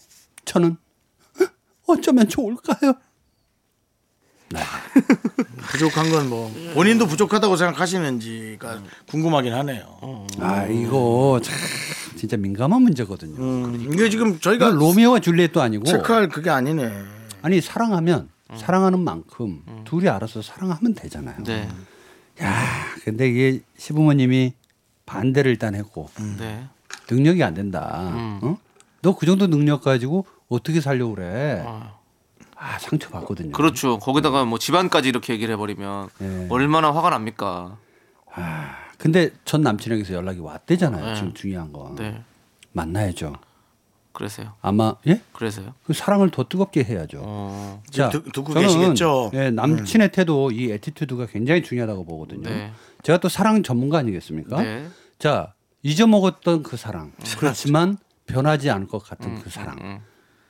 Speaker 5: 저는 어쩌면 좋을까요?
Speaker 1: 부족한 건 뭐
Speaker 2: 음.
Speaker 1: 본인도 부족하다고 생각하시는지가 궁금하긴
Speaker 2: 어,
Speaker 1: 하네요.
Speaker 5: 아 이거 참 진짜 민감한 문제거든요.
Speaker 2: 그러니까.
Speaker 1: 음, 이게 지금 저희가
Speaker 5: 그러니까 로미오와 줄리엣도 아니고
Speaker 1: 체크할 그게 아니네.
Speaker 5: 아니 사랑하면 사랑하는 만큼 둘이 알아서 사랑하면 되잖아요.
Speaker 2: 네.
Speaker 5: 근데 이게 시부모님이 반대를 일단 했고
Speaker 2: 네.
Speaker 5: 능력이 안 된다. 어? 너 그 정도 능력 가지고 어떻게 살려고 그래? 아 상처 받거든요.
Speaker 2: 그렇죠. 거기다가 뭐 집안까지 이렇게 얘기를 해버리면
Speaker 5: 네.
Speaker 2: 얼마나 화가 납니까?
Speaker 5: 아, 근데 전 남친에게서 연락이 왔대잖아요. 지금 중요한 건
Speaker 2: 네.
Speaker 5: 만나야죠.
Speaker 2: 그래서요.
Speaker 5: 아마 예?
Speaker 2: 그래서요.
Speaker 5: 그 사랑을 더 뜨겁게 해야죠.
Speaker 2: 어,
Speaker 5: 자,
Speaker 1: 듣- 듣고
Speaker 5: 저는,
Speaker 1: 계시겠죠?
Speaker 5: 예, 남친의 태도 이 에티튜드가 굉장히 중요하다고 보거든요.
Speaker 2: 네.
Speaker 5: 제가 또 사랑 전문가 아니겠습니까?
Speaker 2: 네. 음, 그렇죠.
Speaker 5: 자, 잊어먹었던 그 사랑. 그렇지만 변하지 않을 것 같은 그 사랑.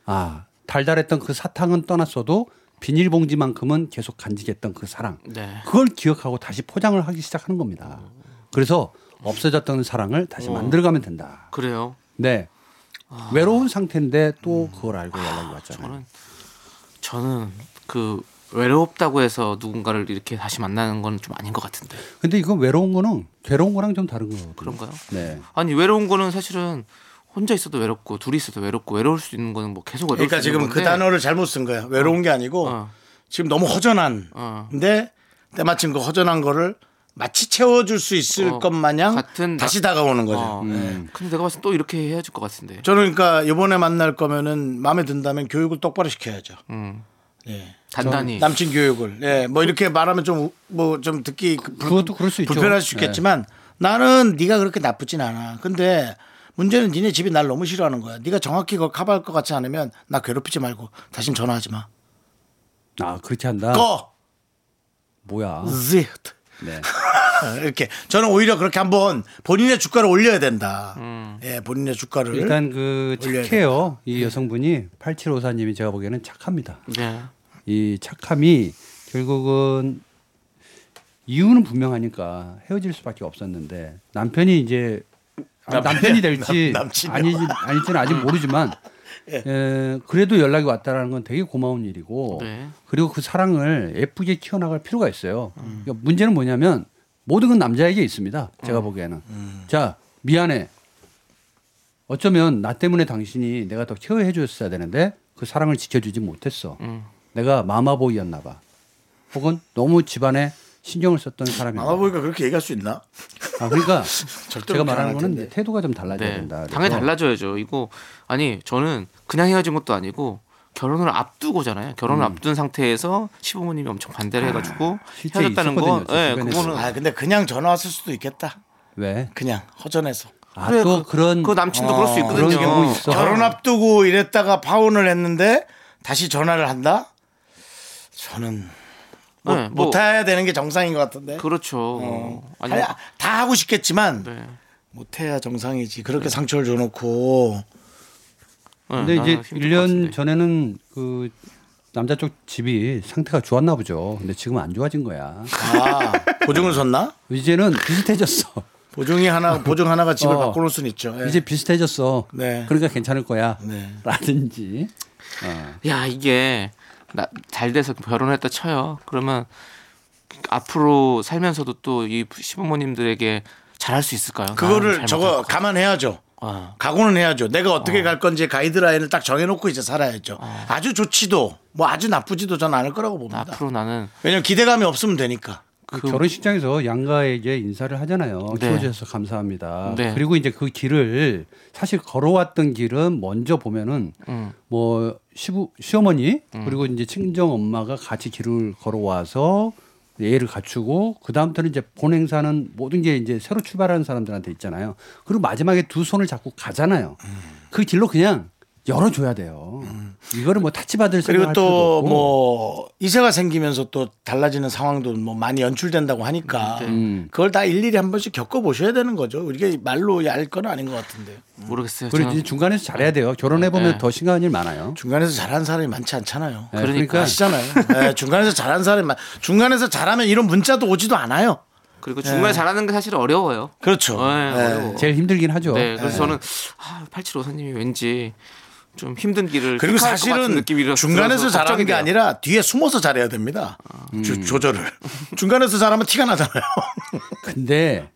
Speaker 5: 아, 달달했던 그 사탕은 떠났어도 비닐봉지만큼은 계속 간직했던 그 사랑.
Speaker 2: 네.
Speaker 5: 그걸 기억하고 다시 포장을 하기 시작하는 겁니다. 그래서 없어졌던 사랑을 다시 만들어가면 된다.
Speaker 2: 그래요.
Speaker 5: 네. 외로운 상태인데 또 그걸 알고 연락이 왔잖아요.
Speaker 2: 아. 음. 저는 저는 그 외롭다고 해서 누군가를 이렇게 다시 만나는 건 좀 아닌 것 같은데
Speaker 5: 근데 이거 외로운 거는 괴로운 거랑 좀 다른 거거든요.
Speaker 2: 그런가요?
Speaker 5: 네.
Speaker 2: 아니 외로운 거는 사실은 혼자 있어도 외롭고 둘이 있어도 외롭고 외로울 수 있는 거는 뭐 계속 외로울
Speaker 1: 그러니까
Speaker 2: 수 있는
Speaker 1: 지금 그
Speaker 2: 건데.
Speaker 1: 단어를 잘못 쓴 거야. 외로운 게 아니고
Speaker 2: 어.
Speaker 1: 지금 너무 허전한.
Speaker 2: 어.
Speaker 1: 근데 때마침 그 허전한 거를 마치 채워줄 수 있을
Speaker 2: 어,
Speaker 1: 것 마냥
Speaker 2: 같은
Speaker 1: 다시
Speaker 2: 나-
Speaker 1: 다가오는 거죠.
Speaker 2: 어.
Speaker 5: 음.
Speaker 2: 근데 내가 봤을 때 또 이렇게 해야 될 것 같은데.
Speaker 1: 저는 그러니까 이번에 만날 거면은 마음에 든다면 교육을 똑바로 시켜야죠.
Speaker 2: 음.
Speaker 1: 예.
Speaker 2: 단단히
Speaker 1: 남친 교육을. 예. 뭐 이렇게 말하면 좀 뭐 좀 듣기 그- 불,
Speaker 5: 그것도 그럴 수 있죠. 예.
Speaker 1: 불편할 수 있겠지만 나는 네가 그렇게 나쁘진 않아. 근데 문제는 니네 집이 날 너무 싫어하는 거야. 네가 정확히 그걸 커버할 것 같지 않으면 나 괴롭히지 말고 다신 전화하지 마.
Speaker 5: 아, 그렇게 한다.
Speaker 1: 꺼.
Speaker 5: 뭐야?
Speaker 2: 음.
Speaker 1: 지
Speaker 5: 네.
Speaker 1: 아. (laughs) 이렇게 저는 오히려 그렇게 한번 본인의 주가를 올려야 된다.
Speaker 2: 음.
Speaker 1: 예, 본인의 주가를
Speaker 5: 일단 그
Speaker 1: 올려야 예.
Speaker 5: 착해요. 이 여성분이 8754님이 제가 보기에는 착합니다.
Speaker 2: 네.
Speaker 5: 이 착함이 결국은 이유는 분명하니까 헤어질 수밖에 없었는데 남편이 이제 아, 남편이
Speaker 1: (laughs)
Speaker 5: 될지
Speaker 1: 남- 남친이요. 예.
Speaker 5: 아니지 아닐지는 아직
Speaker 1: (laughs)
Speaker 5: 모르지만 에, 그래도 연락이 왔다라는 건 되게 고마운 일이고
Speaker 2: 네.
Speaker 5: 그리고 그 사랑을 예쁘게 키워나갈 필요가 있어요. 그러니까 문제는 뭐냐면 모든 건 남자에게 있습니다. 제가
Speaker 2: 음.
Speaker 5: 보기에는 자 미안해 어쩌면 나 때문에 당신이 내가 더 케어해 줬어야 되는데 그 사랑을 지켜주지 못했어.
Speaker 2: 음.
Speaker 5: 내가 마마보이였나 봐. 혹은 너무 집안에 신경을 썼던 사람이
Speaker 1: 아마 보니까 그렇게 얘기할 수 있나?
Speaker 2: (laughs)
Speaker 5: 아 그러니까
Speaker 1: 절대로
Speaker 5: 제가
Speaker 1: 그렇게 안
Speaker 5: 말하는
Speaker 1: 할
Speaker 5: 거는
Speaker 1: 텐데.
Speaker 5: 태도가 좀 달라져야
Speaker 2: 네.
Speaker 5: 된다. 어.
Speaker 2: 당연히
Speaker 5: 그래서
Speaker 2: 달라져야죠. 이거 아니 저는 그냥 헤어진 것도 아니고 결혼을 앞두고잖아요. 결혼을
Speaker 5: 음.
Speaker 2: 앞둔 상태에서 시부모님이 엄청 반대를 해가지고
Speaker 5: 아, 실제
Speaker 2: 헤어졌다는 거,
Speaker 5: 있었거든요,
Speaker 2: 예,
Speaker 5: 저 주변에서.
Speaker 2: 그거는
Speaker 1: 아, 근데 그냥 전화 왔을 수도 있겠다.
Speaker 5: 왜?
Speaker 1: 그냥 허전해서.
Speaker 5: 아,
Speaker 2: 그래,
Speaker 5: 또 그, 런
Speaker 2: 그 남친도 그럴 수 있거든요.
Speaker 5: 그런 경우 있어.
Speaker 1: 결혼 앞두고 이랬다가 파혼을 했는데 다시 전화를 한다? 저는 못,
Speaker 2: 네, 뭐,
Speaker 1: 못해야 되는 게 정상인 것 같은데.
Speaker 2: 그렇죠.
Speaker 5: 어.
Speaker 2: 아니,
Speaker 1: 아니, 다 하고 싶겠지만
Speaker 2: 네.
Speaker 1: 못해야 정상이지. 그렇게 상처를 줘놓고
Speaker 5: 근데
Speaker 2: 네,
Speaker 5: 이제
Speaker 2: 나는 힘들 것
Speaker 5: 1년
Speaker 2: 같은데.
Speaker 5: 전에는 그 남자 쪽 집이 상태가 좋았나 보죠. 근데 지금 안 좋아진
Speaker 2: (laughs)
Speaker 5: 거야.
Speaker 1: 아 보증을 섰나?
Speaker 5: 이제는 비슷해졌어.
Speaker 1: 보증이 하나 보증 하나가 집을
Speaker 5: 어.
Speaker 1: 바꿔놓을 수는 있죠. 예.
Speaker 5: 이제 비슷해졌어.
Speaker 1: 네.
Speaker 5: 그러니까 괜찮을 거야.
Speaker 1: 네.
Speaker 5: 라든지. 어.
Speaker 2: 야 이게 나, 잘 돼서 결혼했다 쳐요. 그러면 앞으로 살면서도 또 이 시부모님들에게 잘할 수 있을까요?
Speaker 5: 아,
Speaker 2: 나는
Speaker 1: 그거를
Speaker 2: 잘
Speaker 1: 저거
Speaker 2: 못할 것 같-
Speaker 1: 감안해야죠.
Speaker 2: 어.
Speaker 1: 각오는 해야죠. 내가 어떻게 갈 건지 가이드라인을 딱 정해놓고 이제 살아야죠.
Speaker 5: 어.
Speaker 1: 아주 좋지도 뭐 아주 나쁘지도 전 않을 거라고
Speaker 2: 나
Speaker 1: 봅니다.
Speaker 2: 앞으로 나는
Speaker 1: 왜냐면 기대감이 없으면 되니까.
Speaker 5: 그
Speaker 2: 그-
Speaker 5: 결혼식장에서 양가에게 인사를 하잖아요.
Speaker 2: 네.
Speaker 5: 키워주셔서 감사합니다.
Speaker 2: 네.
Speaker 5: 그리고 이제 그 길을 사실 걸어왔던 길은 먼저 보면은
Speaker 2: 음.
Speaker 5: 뭐 시부 시어머니 그리고 이제 친정 엄마가 같이 길을 걸어와서 예의를 갖추고 그 다음부터는 이제 본 행사는 모든 게 이제 새로 출발하는 사람들한테 있잖아요. 그리고 마지막에 두 손을 잡고 가잖아요. 그 길로 그냥 열어줘야 돼요. 이거를 뭐 타치받을
Speaker 1: 그리고
Speaker 5: 생각할 필요도 없고.
Speaker 1: 또 뭐 이세가 생기면서 또 달라지는 상황도 뭐 많이 연출된다고
Speaker 5: 음,
Speaker 1: 하니까
Speaker 5: 네.
Speaker 1: 그걸 다 일일이 한 번씩 겪어 보셔야 되는 거죠. 이게 말로 알 건 아닌 것 같은데
Speaker 2: 모르겠어요.
Speaker 5: 그리고
Speaker 2: 저는
Speaker 5: 이제 중간에서 잘해야 돼요. 결혼해 보면
Speaker 2: 네.
Speaker 5: 더 심각한 일 많아요.
Speaker 1: 중간에서 잘하는 사람이 많지 않잖아요.
Speaker 5: 네,
Speaker 2: 그러니까.
Speaker 1: 아시잖아요. (laughs) 네, 중간에서 잘하는 사람이 많. 중간에서 잘하면 이런 문자도 오지도 않아요.
Speaker 2: 그리고
Speaker 5: 네.
Speaker 2: 중간에 잘하는 게 사실 어려워요.
Speaker 1: 그렇죠.
Speaker 2: 네,
Speaker 1: 네.
Speaker 2: 어려워.
Speaker 5: 제일 힘들긴 하죠.
Speaker 2: 네, 그래서 저는 아, 8754님이 왠지 좀 힘든 길을
Speaker 1: 그리고
Speaker 2: 택할 것 같은
Speaker 1: 사실은
Speaker 2: 느낌이라서
Speaker 1: 중간에서
Speaker 2: 들어서
Speaker 1: 잘하는
Speaker 2: 걱정이
Speaker 1: 게
Speaker 2: 돼요.
Speaker 1: 아니라 뒤에 숨어서 잘해야 됩니다. 조- 조절을. (laughs) 중간에서 잘하면 티가 나잖아요.
Speaker 5: 근데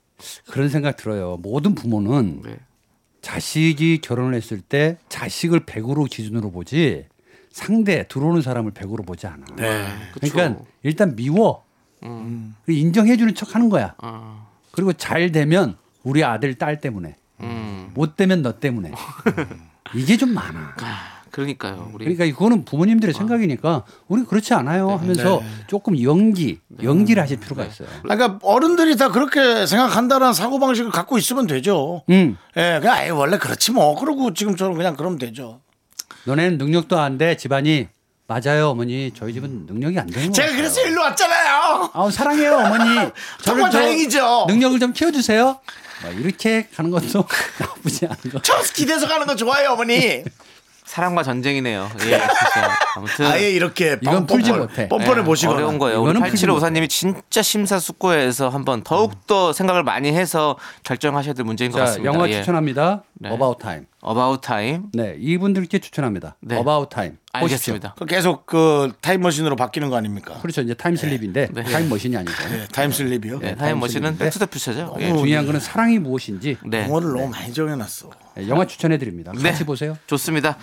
Speaker 5: 그런 생각 들어요. 모든 부모는
Speaker 2: 네.
Speaker 5: 자식이 결혼을 했을 때 자식을 100으로 기준으로 보지 상대 들어오는 사람을 100으로 보지 않아.
Speaker 2: 네, 그쵸. 음.
Speaker 5: 그러니까 일단 미워. 그리고 인정해주는 척 하는 거야.
Speaker 2: 아,
Speaker 5: 그리고 잘 되면 우리 아들 딸 때문에
Speaker 2: 음. (laughs)
Speaker 5: 못 되면 너 때문에 이게 좀 많아.
Speaker 2: 그러니까요. 우리
Speaker 5: 그러니까 이거는
Speaker 2: 아.
Speaker 5: 부모님들의 생각이니까 우리 그렇지
Speaker 2: 네.
Speaker 5: 않아요 하면서 조금 연기 연기를 하실 필요가 있어요.
Speaker 1: 아, 그러니까 어른들이 다 그렇게 생각한다는 사고 방식을 갖고 있으면 되죠.
Speaker 5: 음,
Speaker 1: 예, 그냥 아예 원래 그렇지 뭐. 그러고 지금처럼 그냥 그러면 되죠.
Speaker 5: 너네는 능력도 안 돼 집안이 맞아요 어머니 저희 집은 능력이 안 되는 거예요.
Speaker 1: 음. 제가 그래서 일로 왔잖아요.
Speaker 5: 아우 사랑해요 어머니.
Speaker 1: (laughs) 정말
Speaker 5: 저를 좀
Speaker 1: 다행이죠.
Speaker 5: 능력을 좀 키워주세요. 막 이렇게 가는 것도 (laughs) 나쁘지 않은 것.
Speaker 1: 저 기대서 가는 거 좋아요, 어머니.
Speaker 2: 사랑과 전쟁이네요. 예, 진짜. 아무튼
Speaker 1: 아예 이렇게
Speaker 5: 이건 풀지 못해.
Speaker 1: 뻔뻔해
Speaker 2: 예,
Speaker 1: 보시거나.
Speaker 2: 어려운 거예요. 우리
Speaker 5: 이거는 풀지
Speaker 2: 87호 오사님이 진짜 심사숙고해서 한번 더욱
Speaker 1: 음.
Speaker 2: 더 생각을 많이 해서 결정하셔야 될 문제인 것
Speaker 5: 자
Speaker 2: 같습니다.
Speaker 5: 영화
Speaker 2: 예.
Speaker 5: 추천합니다.
Speaker 2: 네.
Speaker 5: About Time.
Speaker 2: About Time.
Speaker 5: 네 이분들께 추천합니다.
Speaker 2: 네.
Speaker 5: About Time. 보십시오.
Speaker 2: 알겠습니다.
Speaker 1: 그 계속 그 타임머신으로 바뀌는 거 아닙니까?
Speaker 5: 그렇죠 이제 타임슬립인데
Speaker 2: 네.
Speaker 5: 타임머신이 아니고.
Speaker 1: 네, 타임슬립이요.
Speaker 2: 네, 타임 머신은
Speaker 5: 당신인데.
Speaker 2: 백투더퓨처죠. 예.
Speaker 5: 중요한 거는 어, 뭐 사랑이 무엇인지
Speaker 2: 네.
Speaker 1: 영어를 너무 많이 정해놨어.
Speaker 5: 네, 영화 추천해 드립니다.
Speaker 2: 네.
Speaker 5: 같이 보세요. 네.
Speaker 2: 좋습니다.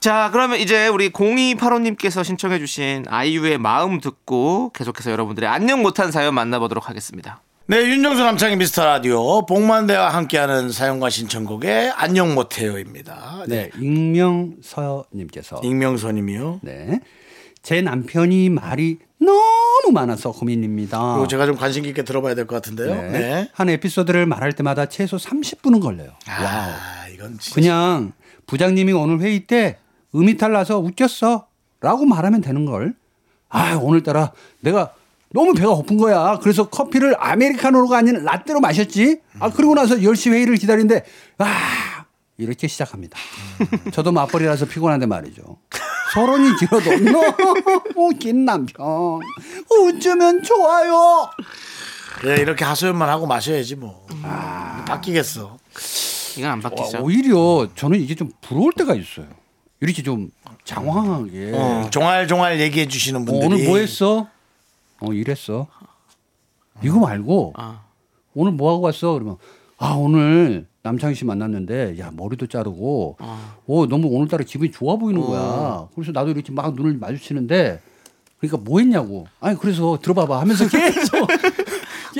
Speaker 2: 자, 그러면 이제 우리 0285님께서 신청해주신 아이유의 마음 듣고 계속해서 여러분들의 안녕 못한 사연 만나보도록 하겠습니다.
Speaker 1: 네, 윤정수 남창의 미스터 라디오 복만대와 함께하는 사용과 신청곡의 안녕 못해요입니다. 네.
Speaker 5: 네, 익명 서님께서
Speaker 1: 익명선님이요.
Speaker 5: 네. 제 남편이 말이 너무 많아서 고민입니다.
Speaker 1: 그리고 어, 제가 좀 관심 깊게 들어봐야 될 것 같은데요.
Speaker 5: 네.
Speaker 1: 네.
Speaker 5: 한 에피소드를 말할 때마다 최소 30분은 걸려요.
Speaker 1: 아, 이건 진짜.
Speaker 5: 그냥 부장님이 오늘 회의 때 음이탈 나서 웃겼어 라고 말하면 되는 걸. 아, 오늘따라 내가 너무 배가 고픈 거야. 그래서 커피를 아메리카노가 아닌 라떼로 마셨지. 아, 그리고 나서 10시 회의를 기다리는데, 아, 이렇게 시작합니다. 저도 맞벌이라서 피곤한데 말이죠. 서론이 길어도 너무 긴 남편. 어쩌면 좋아요.
Speaker 1: 그래, 네, 이렇게 하소연만 하고 마셔야지 뭐.
Speaker 5: 아.
Speaker 1: 바뀌겠어.
Speaker 2: 이건 안
Speaker 5: 와,
Speaker 2: 바뀌죠.
Speaker 5: 오히려 저는 이게 좀 부러울 때가 있어요. 이렇게 좀 장황하게.
Speaker 1: 어, 종알종알 얘기해 주시는
Speaker 5: 어,
Speaker 1: 분들이.
Speaker 5: 오늘 네. 뭐 했어? 어 이랬어. 이거 말고
Speaker 2: 아.
Speaker 5: 오늘 뭐 하고 왔어? 그러면 아 오늘 남창희 씨 만났는데 야 머리도 자르고
Speaker 2: 아.
Speaker 5: 어 너무 오늘따라 기분이 좋아 보이는
Speaker 2: 어.
Speaker 5: 거야. 그래서 나도 이렇게 막 눈을 마주치는데 그러니까 뭐 했냐고. 아니 그래서
Speaker 2: (laughs)
Speaker 5: 들어봐봐 하면서 계속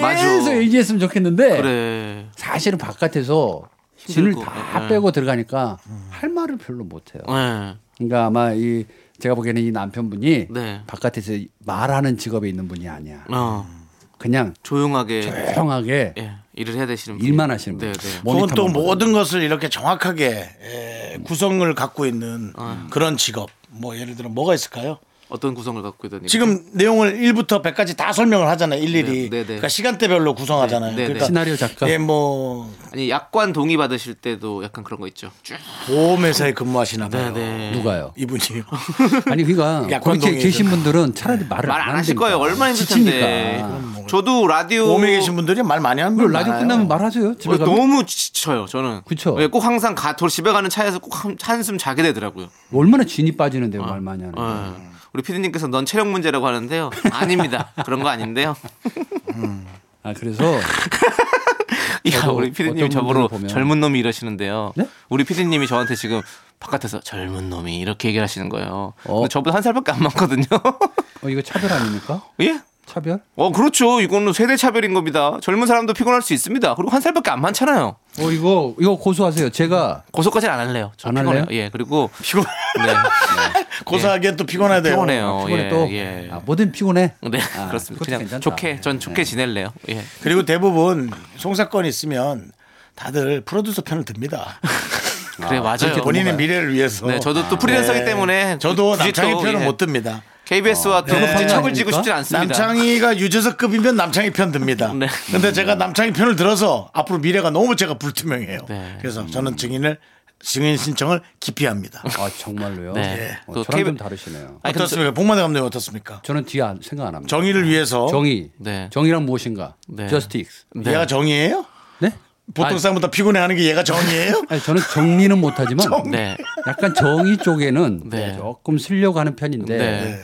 Speaker 2: 맞아.
Speaker 5: 계속 얘기했으면 좋겠는데
Speaker 2: 그래.
Speaker 5: 사실은 바깥에서 진을
Speaker 2: 힘들고,
Speaker 5: 다
Speaker 2: 예. 음.
Speaker 5: 빼고 들어가니까 할 말을 별로 못해요.
Speaker 2: 네.
Speaker 5: 그러니까 아마 이 제가 보기에는 이 남편분이
Speaker 2: 네.
Speaker 5: 바깥에서 말하는 직업에 있는 분이 아니야.
Speaker 2: 어,
Speaker 5: 음. 그냥
Speaker 2: 조용하게
Speaker 5: 조용하게
Speaker 2: 예, 일을 해야 되시는 분.
Speaker 5: 일만 하시는 분.
Speaker 2: 네, 네.
Speaker 1: 그건
Speaker 5: 모니터만
Speaker 1: 또
Speaker 5: 보고.
Speaker 1: 모든 것을 이렇게 정확하게 에, 구성을 갖고 있는
Speaker 2: 어.
Speaker 1: 그런 직업. 뭐 예를 들어 뭐가 있을까요?
Speaker 2: 어떤 구성을 갖고 있던
Speaker 1: 지금 내용을 1부터 100까지 다 설명을 하잖아요. 일일이.
Speaker 2: 네, 네, 네.
Speaker 1: 그러니까 시간대별로 구성하잖아요.
Speaker 2: 네, 네, 네.
Speaker 1: 그러니까
Speaker 5: 시나리오 작가.
Speaker 1: 예, 뭐
Speaker 2: 아니 약관 동의 받으실 때도 약간 그런 거 있죠. 쭉.
Speaker 1: 보험회사에 근무하시나
Speaker 2: 네,
Speaker 1: 봐요.
Speaker 2: 네. (laughs)
Speaker 5: 누가요?
Speaker 1: 이분이요. (laughs)
Speaker 5: 아니 그러니까
Speaker 1: 약관
Speaker 5: 그렇게
Speaker 1: 동의해서.
Speaker 5: 계신 분들은 차라리 말을
Speaker 2: 말 안 하실
Speaker 5: 한다니까. 뭐
Speaker 2: 거예요. 얼마나 힘들 텐데.
Speaker 5: 지치니까.
Speaker 2: 저도 라디오
Speaker 1: 보험에 계신 분들이 말 많이 하는
Speaker 5: 그리고
Speaker 1: 분
Speaker 5: 라디오
Speaker 1: 많아요.
Speaker 5: 끝나면 말하세요. 집에
Speaker 2: 어,
Speaker 5: 가면
Speaker 2: 너무 지쳐요. 저는.
Speaker 5: 그쵸.
Speaker 2: 예, 꼭 항상 가 돌- 집에 가는 차에서 꼭 한, 한숨 자게 되더라고요.
Speaker 5: 얼마나 진이 빠지는데
Speaker 2: 어,
Speaker 5: 말 많이 하는. 거
Speaker 2: 예. 우리 피디님께서 넌 체력 문제라고 하는데요.
Speaker 5: (laughs)
Speaker 2: 아닙니다. 그런 거 아닌데요. (laughs)
Speaker 5: 아 그래서
Speaker 2: 야,
Speaker 5: 저도
Speaker 2: 우리 피디님이
Speaker 5: 어떤
Speaker 2: 저보로
Speaker 5: 분들 보면-
Speaker 2: 젊은 놈이 이러시는데요.
Speaker 5: 네?
Speaker 2: 우리 피디님이 저한테 지금 바깥에서 젊은 놈이 이렇게 얘기를 하시는 거예요.
Speaker 5: 어.
Speaker 2: 근데 저보다 한 살밖에 안 많거든요. (laughs)
Speaker 5: 어, 이거 차별 아닙니까?
Speaker 2: 예?
Speaker 5: 차별?
Speaker 2: 어, 그렇죠. 이거는 세대 차별인 겁니다. 젊은 사람도 피곤할 수 있습니다. 그리고 한 살밖에 안 많잖아요.
Speaker 5: 어 이거 이거 고소하세요. 제가
Speaker 2: 고소까지는 안 할래요. 저
Speaker 5: 안 할래요?
Speaker 2: 피곤해요. 예, 그리고 피곤.
Speaker 5: (laughs)
Speaker 2: 네.
Speaker 1: 예. 고사하기엔 또 피곤해야 돼요.
Speaker 2: 피곤해요.
Speaker 5: 네, 어, 피곤해
Speaker 2: 예,
Speaker 5: 또
Speaker 2: 예.
Speaker 5: 아, 뭐든 피곤해.
Speaker 2: 네,
Speaker 5: 아,
Speaker 2: 그렇습니다.
Speaker 5: 그것도
Speaker 2: 그냥
Speaker 5: 괜찮다. 네. 아,
Speaker 2: 좋게 전 좋게 지낼래요. 예.
Speaker 1: 그리고 대부분 송사건 있으면 다들 프로듀서 편을
Speaker 2: (laughs)
Speaker 1: 듭니다.
Speaker 2: 그래 맞아요.
Speaker 1: 본인의 미래를 위해서.
Speaker 2: 네, 저도 또 프리랜서기
Speaker 1: 네.
Speaker 2: 때문에
Speaker 1: 저도
Speaker 2: 굳이 또,
Speaker 1: 남창희 편을
Speaker 2: 예.
Speaker 1: 못 듭니다.
Speaker 2: KBS와 또
Speaker 5: 네.
Speaker 2: 굳이 척을 지고
Speaker 5: 아닙니까?
Speaker 2: 싶진 않습니다.
Speaker 1: 남창희가 유재석급이면 남창희 편 듭니다.
Speaker 2: 네.
Speaker 1: 근데 제가 남창희 편을 들어서 앞으로 미래가 너무 제가 불투명해요.
Speaker 2: 네.
Speaker 1: 그래서 저는 증인을 증인 신청을 기피합니다.
Speaker 5: 아 정말로요.
Speaker 2: 네.
Speaker 5: 어,
Speaker 2: 또
Speaker 5: 저랑
Speaker 2: 케이블-
Speaker 5: 좀 다르시네요.
Speaker 2: 아니, 근데
Speaker 1: 어떻습니까? 복만대 감독님 어떻습니까?
Speaker 5: 저는 뒤에 안- 생각 안 합니다.
Speaker 1: 정의를 위해서
Speaker 5: 정의.
Speaker 2: 네.
Speaker 5: 정의란 무엇인가?
Speaker 2: 네.
Speaker 5: 저스티스.
Speaker 1: 얘가 정의예요?
Speaker 5: 네?
Speaker 1: 보통
Speaker 5: 아니,
Speaker 1: 사람보다 피곤해하는 게 얘가 정의예요?
Speaker 5: 아니, 저는 정리는 못하지만
Speaker 2: 네.
Speaker 5: 약간 정의 쪽에는
Speaker 2: 네.
Speaker 5: 조금 쓰려고 하는 편인데
Speaker 2: 네.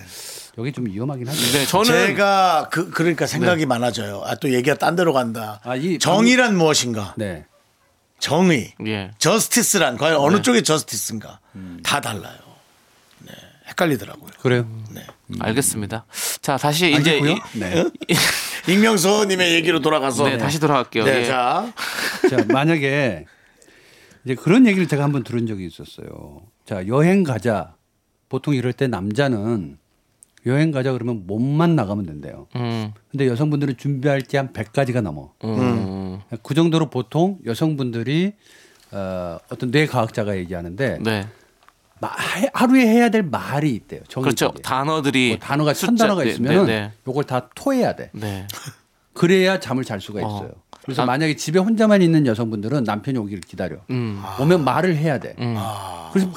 Speaker 5: 여기 좀 위험하긴 하죠.
Speaker 2: 네, (laughs) 저는 네.
Speaker 1: 제가 그 그러니까 생각이 많아져요. 아 또 얘기가 딴 데로 간다.
Speaker 5: 아, 이
Speaker 1: 정의란 무엇인가?
Speaker 5: 네.
Speaker 1: 정의.
Speaker 2: 예.
Speaker 1: 저스티스란 과연 어느 쪽이 저스티스인가? 다 달라요. 네. 헷갈리더라고요.
Speaker 5: 그래요.
Speaker 2: 알겠습니다. 자, 다시 이제
Speaker 5: 알겠고요.
Speaker 2: 이-
Speaker 5: 네.
Speaker 1: 익명서 님의 얘기로 돌아가서
Speaker 2: 네, 다시 돌아갈게요.
Speaker 1: 네,
Speaker 2: 예.
Speaker 1: 자.
Speaker 5: 자, 만약에 이제 그런 얘기를 제가 한번 들은 적이 있었어요. 자, 여행 가자. 보통 이럴 때 남자는 여행 가자 그러면 몸만 나가면 된대요.
Speaker 2: 음.
Speaker 5: 근데 여성분들은 준비할 게 한 100가지가 넘어.
Speaker 2: 음.
Speaker 5: 그 정도로 보통 여성분들이 어, 어떤 뇌과학자가 얘기하는데
Speaker 2: 네.
Speaker 5: 마- 하- 하루에 해야 될 말이 있대요.
Speaker 2: 그렇죠.
Speaker 5: 정해진 게.
Speaker 2: 단어들이
Speaker 5: 뭐 단어가 천
Speaker 2: 숫자-
Speaker 5: 단어가
Speaker 2: 네,
Speaker 5: 있으면
Speaker 2: 네.
Speaker 5: 요걸 다 토해야 돼.
Speaker 2: 네.
Speaker 5: 그래야 잠을 잘 수가
Speaker 2: 어.
Speaker 5: 있어요. 그래서
Speaker 2: 남-
Speaker 5: 만약에 집에 혼자만 있는 여성분들은 남편이 오기를 기다려.
Speaker 2: 음.
Speaker 5: 오면 말을 해야 돼.
Speaker 2: 음.
Speaker 5: 그래서 막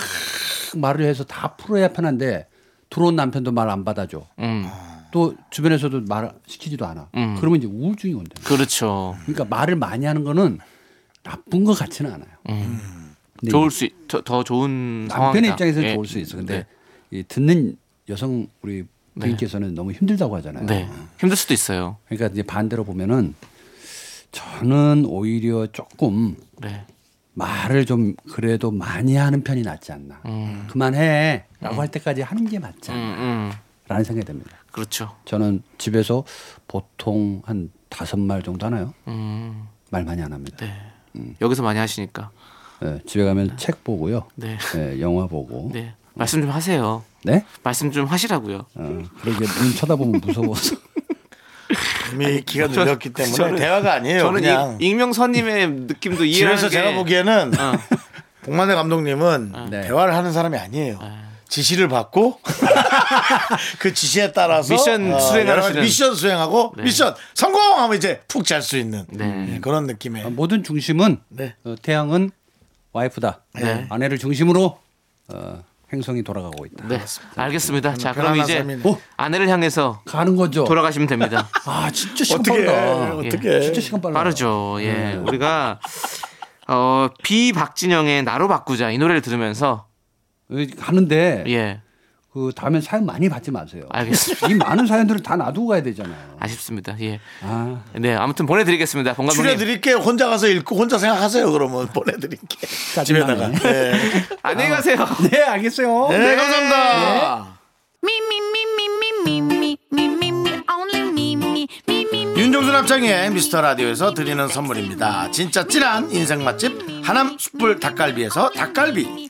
Speaker 5: 말을 해서 다 풀어야 편한데 들어온 남편도 말 안 받아줘.
Speaker 2: 음.
Speaker 5: 또 주변에서도 말 시키지도 않아.
Speaker 2: 음.
Speaker 5: 그러면 이제 우울증이 온다.
Speaker 2: 그렇죠.
Speaker 5: 그러니까 말을 많이 하는 거는 나쁜 것 같지는 않아요. 근데
Speaker 2: 좋을 수, 있- 더, 더 좋은 음, 상황이다.
Speaker 5: 네. 남편의 입장에서는
Speaker 2: 예.
Speaker 5: 좋을 수 있어.
Speaker 2: 네.
Speaker 5: 근데 이 듣는 여성 우리 부인께서는 너무 힘들다고 하잖아요.
Speaker 2: 네. 힘들 수도 있어요.
Speaker 5: 그러니까 이제 반대로 보면은 저는 오히려 조금
Speaker 2: 네.
Speaker 5: 말을 좀 그래도 많이 하는 편이 낫지 않나. 그만해라고 할 때까지 하는 게 맞지
Speaker 2: 음,
Speaker 5: 않나라는
Speaker 2: 음.
Speaker 5: 생각이 듭니다.
Speaker 2: 그렇죠.
Speaker 5: 저는 집에서 보통 한 다섯 말 정도 하나요?
Speaker 2: 음.
Speaker 5: 말 많이 안 합니다.
Speaker 2: 네. 여기서 많이 하시니까.
Speaker 5: 예, 집에 가면 책 보고요.
Speaker 2: 네.
Speaker 5: 예, 영화 보고. 네?
Speaker 2: 네. 말씀 좀 하세요. 말씀 좀 하시라고요.
Speaker 5: 어, 그러게 눈 쳐다보면 무서워서.
Speaker 1: 이미 기가 눌렸기 때문에 대화가 아니에요.
Speaker 2: 저는
Speaker 1: 그냥
Speaker 2: 이- 익명선님의 느낌도 이해하는
Speaker 1: 집에서
Speaker 2: 게
Speaker 1: 제가 보기에는
Speaker 2: 어.
Speaker 1: (laughs) 복만대 감독님은
Speaker 5: 네.
Speaker 1: 대화를 하는 사람이 아니에요. 지시를 받고 (laughs) 그 지시에 따라서 어,
Speaker 2: 미션 수행하는
Speaker 1: 여러 가지
Speaker 2: 수련.
Speaker 1: 미션 수행하고 미션 성공하면 이제 푹 잘 수 있는
Speaker 2: 네.
Speaker 1: 예, 그런 느낌의
Speaker 5: 어, 모든 중심은
Speaker 1: 네.
Speaker 5: 어, 태양은 와이프다.
Speaker 2: 네.
Speaker 5: 아내를 중심으로 어, 행성이 돌아가고 있다.
Speaker 2: 네. 알겠습니다. 자, 그럼
Speaker 1: 편안한
Speaker 2: 이제
Speaker 1: 삶이네.
Speaker 5: 어?
Speaker 2: 아내를 향해서
Speaker 5: 가는 거죠.
Speaker 2: 돌아가시면
Speaker 1: (laughs)
Speaker 2: 됩니다.
Speaker 5: 아 진짜 시간
Speaker 1: 어떻게
Speaker 5: 빠르다. 예,
Speaker 1: 어떻게
Speaker 5: 진짜 시간 빨라.
Speaker 2: 빠르죠. 예.
Speaker 1: 네.
Speaker 2: 우리가 어, 비박진영의 나로 바꾸자 이 노래를 들으면서
Speaker 5: 하는데
Speaker 2: 예.
Speaker 5: 그 다음엔 사연 많이 받지 마세요.
Speaker 2: 알겠습니다.
Speaker 5: 이 많은 사연들을 다 놔두고 가야 되잖아요.
Speaker 2: 아쉽습니다. 예.
Speaker 5: 아,
Speaker 2: 네, 아무튼 보내 드리겠습니다. 봉감독님
Speaker 1: 줄여드릴게 혼자 가서 읽고 혼자 생각하세요. 그러면 보내드릴게 집에다가.
Speaker 5: 짜증나네.
Speaker 1: 네.
Speaker 5: (laughs)
Speaker 2: 안녕히 가세요.
Speaker 5: 네 알겠어요.
Speaker 1: 네, 감사합니다. 윤종수 남창의 미스터 라디오에서 드리는 선물입니다. 진짜 찐한 인생 맛집 하남 숯불 닭갈비에서 닭갈비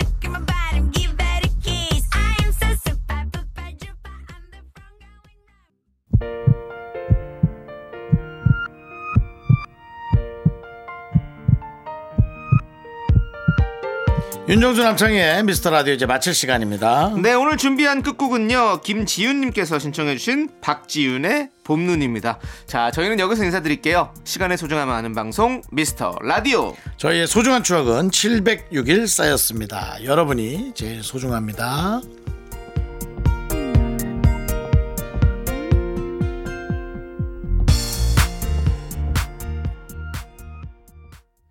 Speaker 1: 윤종수 남창의 미스터 라디오 이제 마칠 시간입니다.
Speaker 2: 네, 오늘 준비한 끝곡은요. 김지윤님께서 신청해주신 박지윤의 봄눈입니다. 자, 저희는 여기서 인사드릴게요. 시간의 소중함을 아는 방송, 미스터 라디오.
Speaker 1: 저희의 소중한 추억은 706일 쌓였습니다. 여러분이 제일 소중합니다.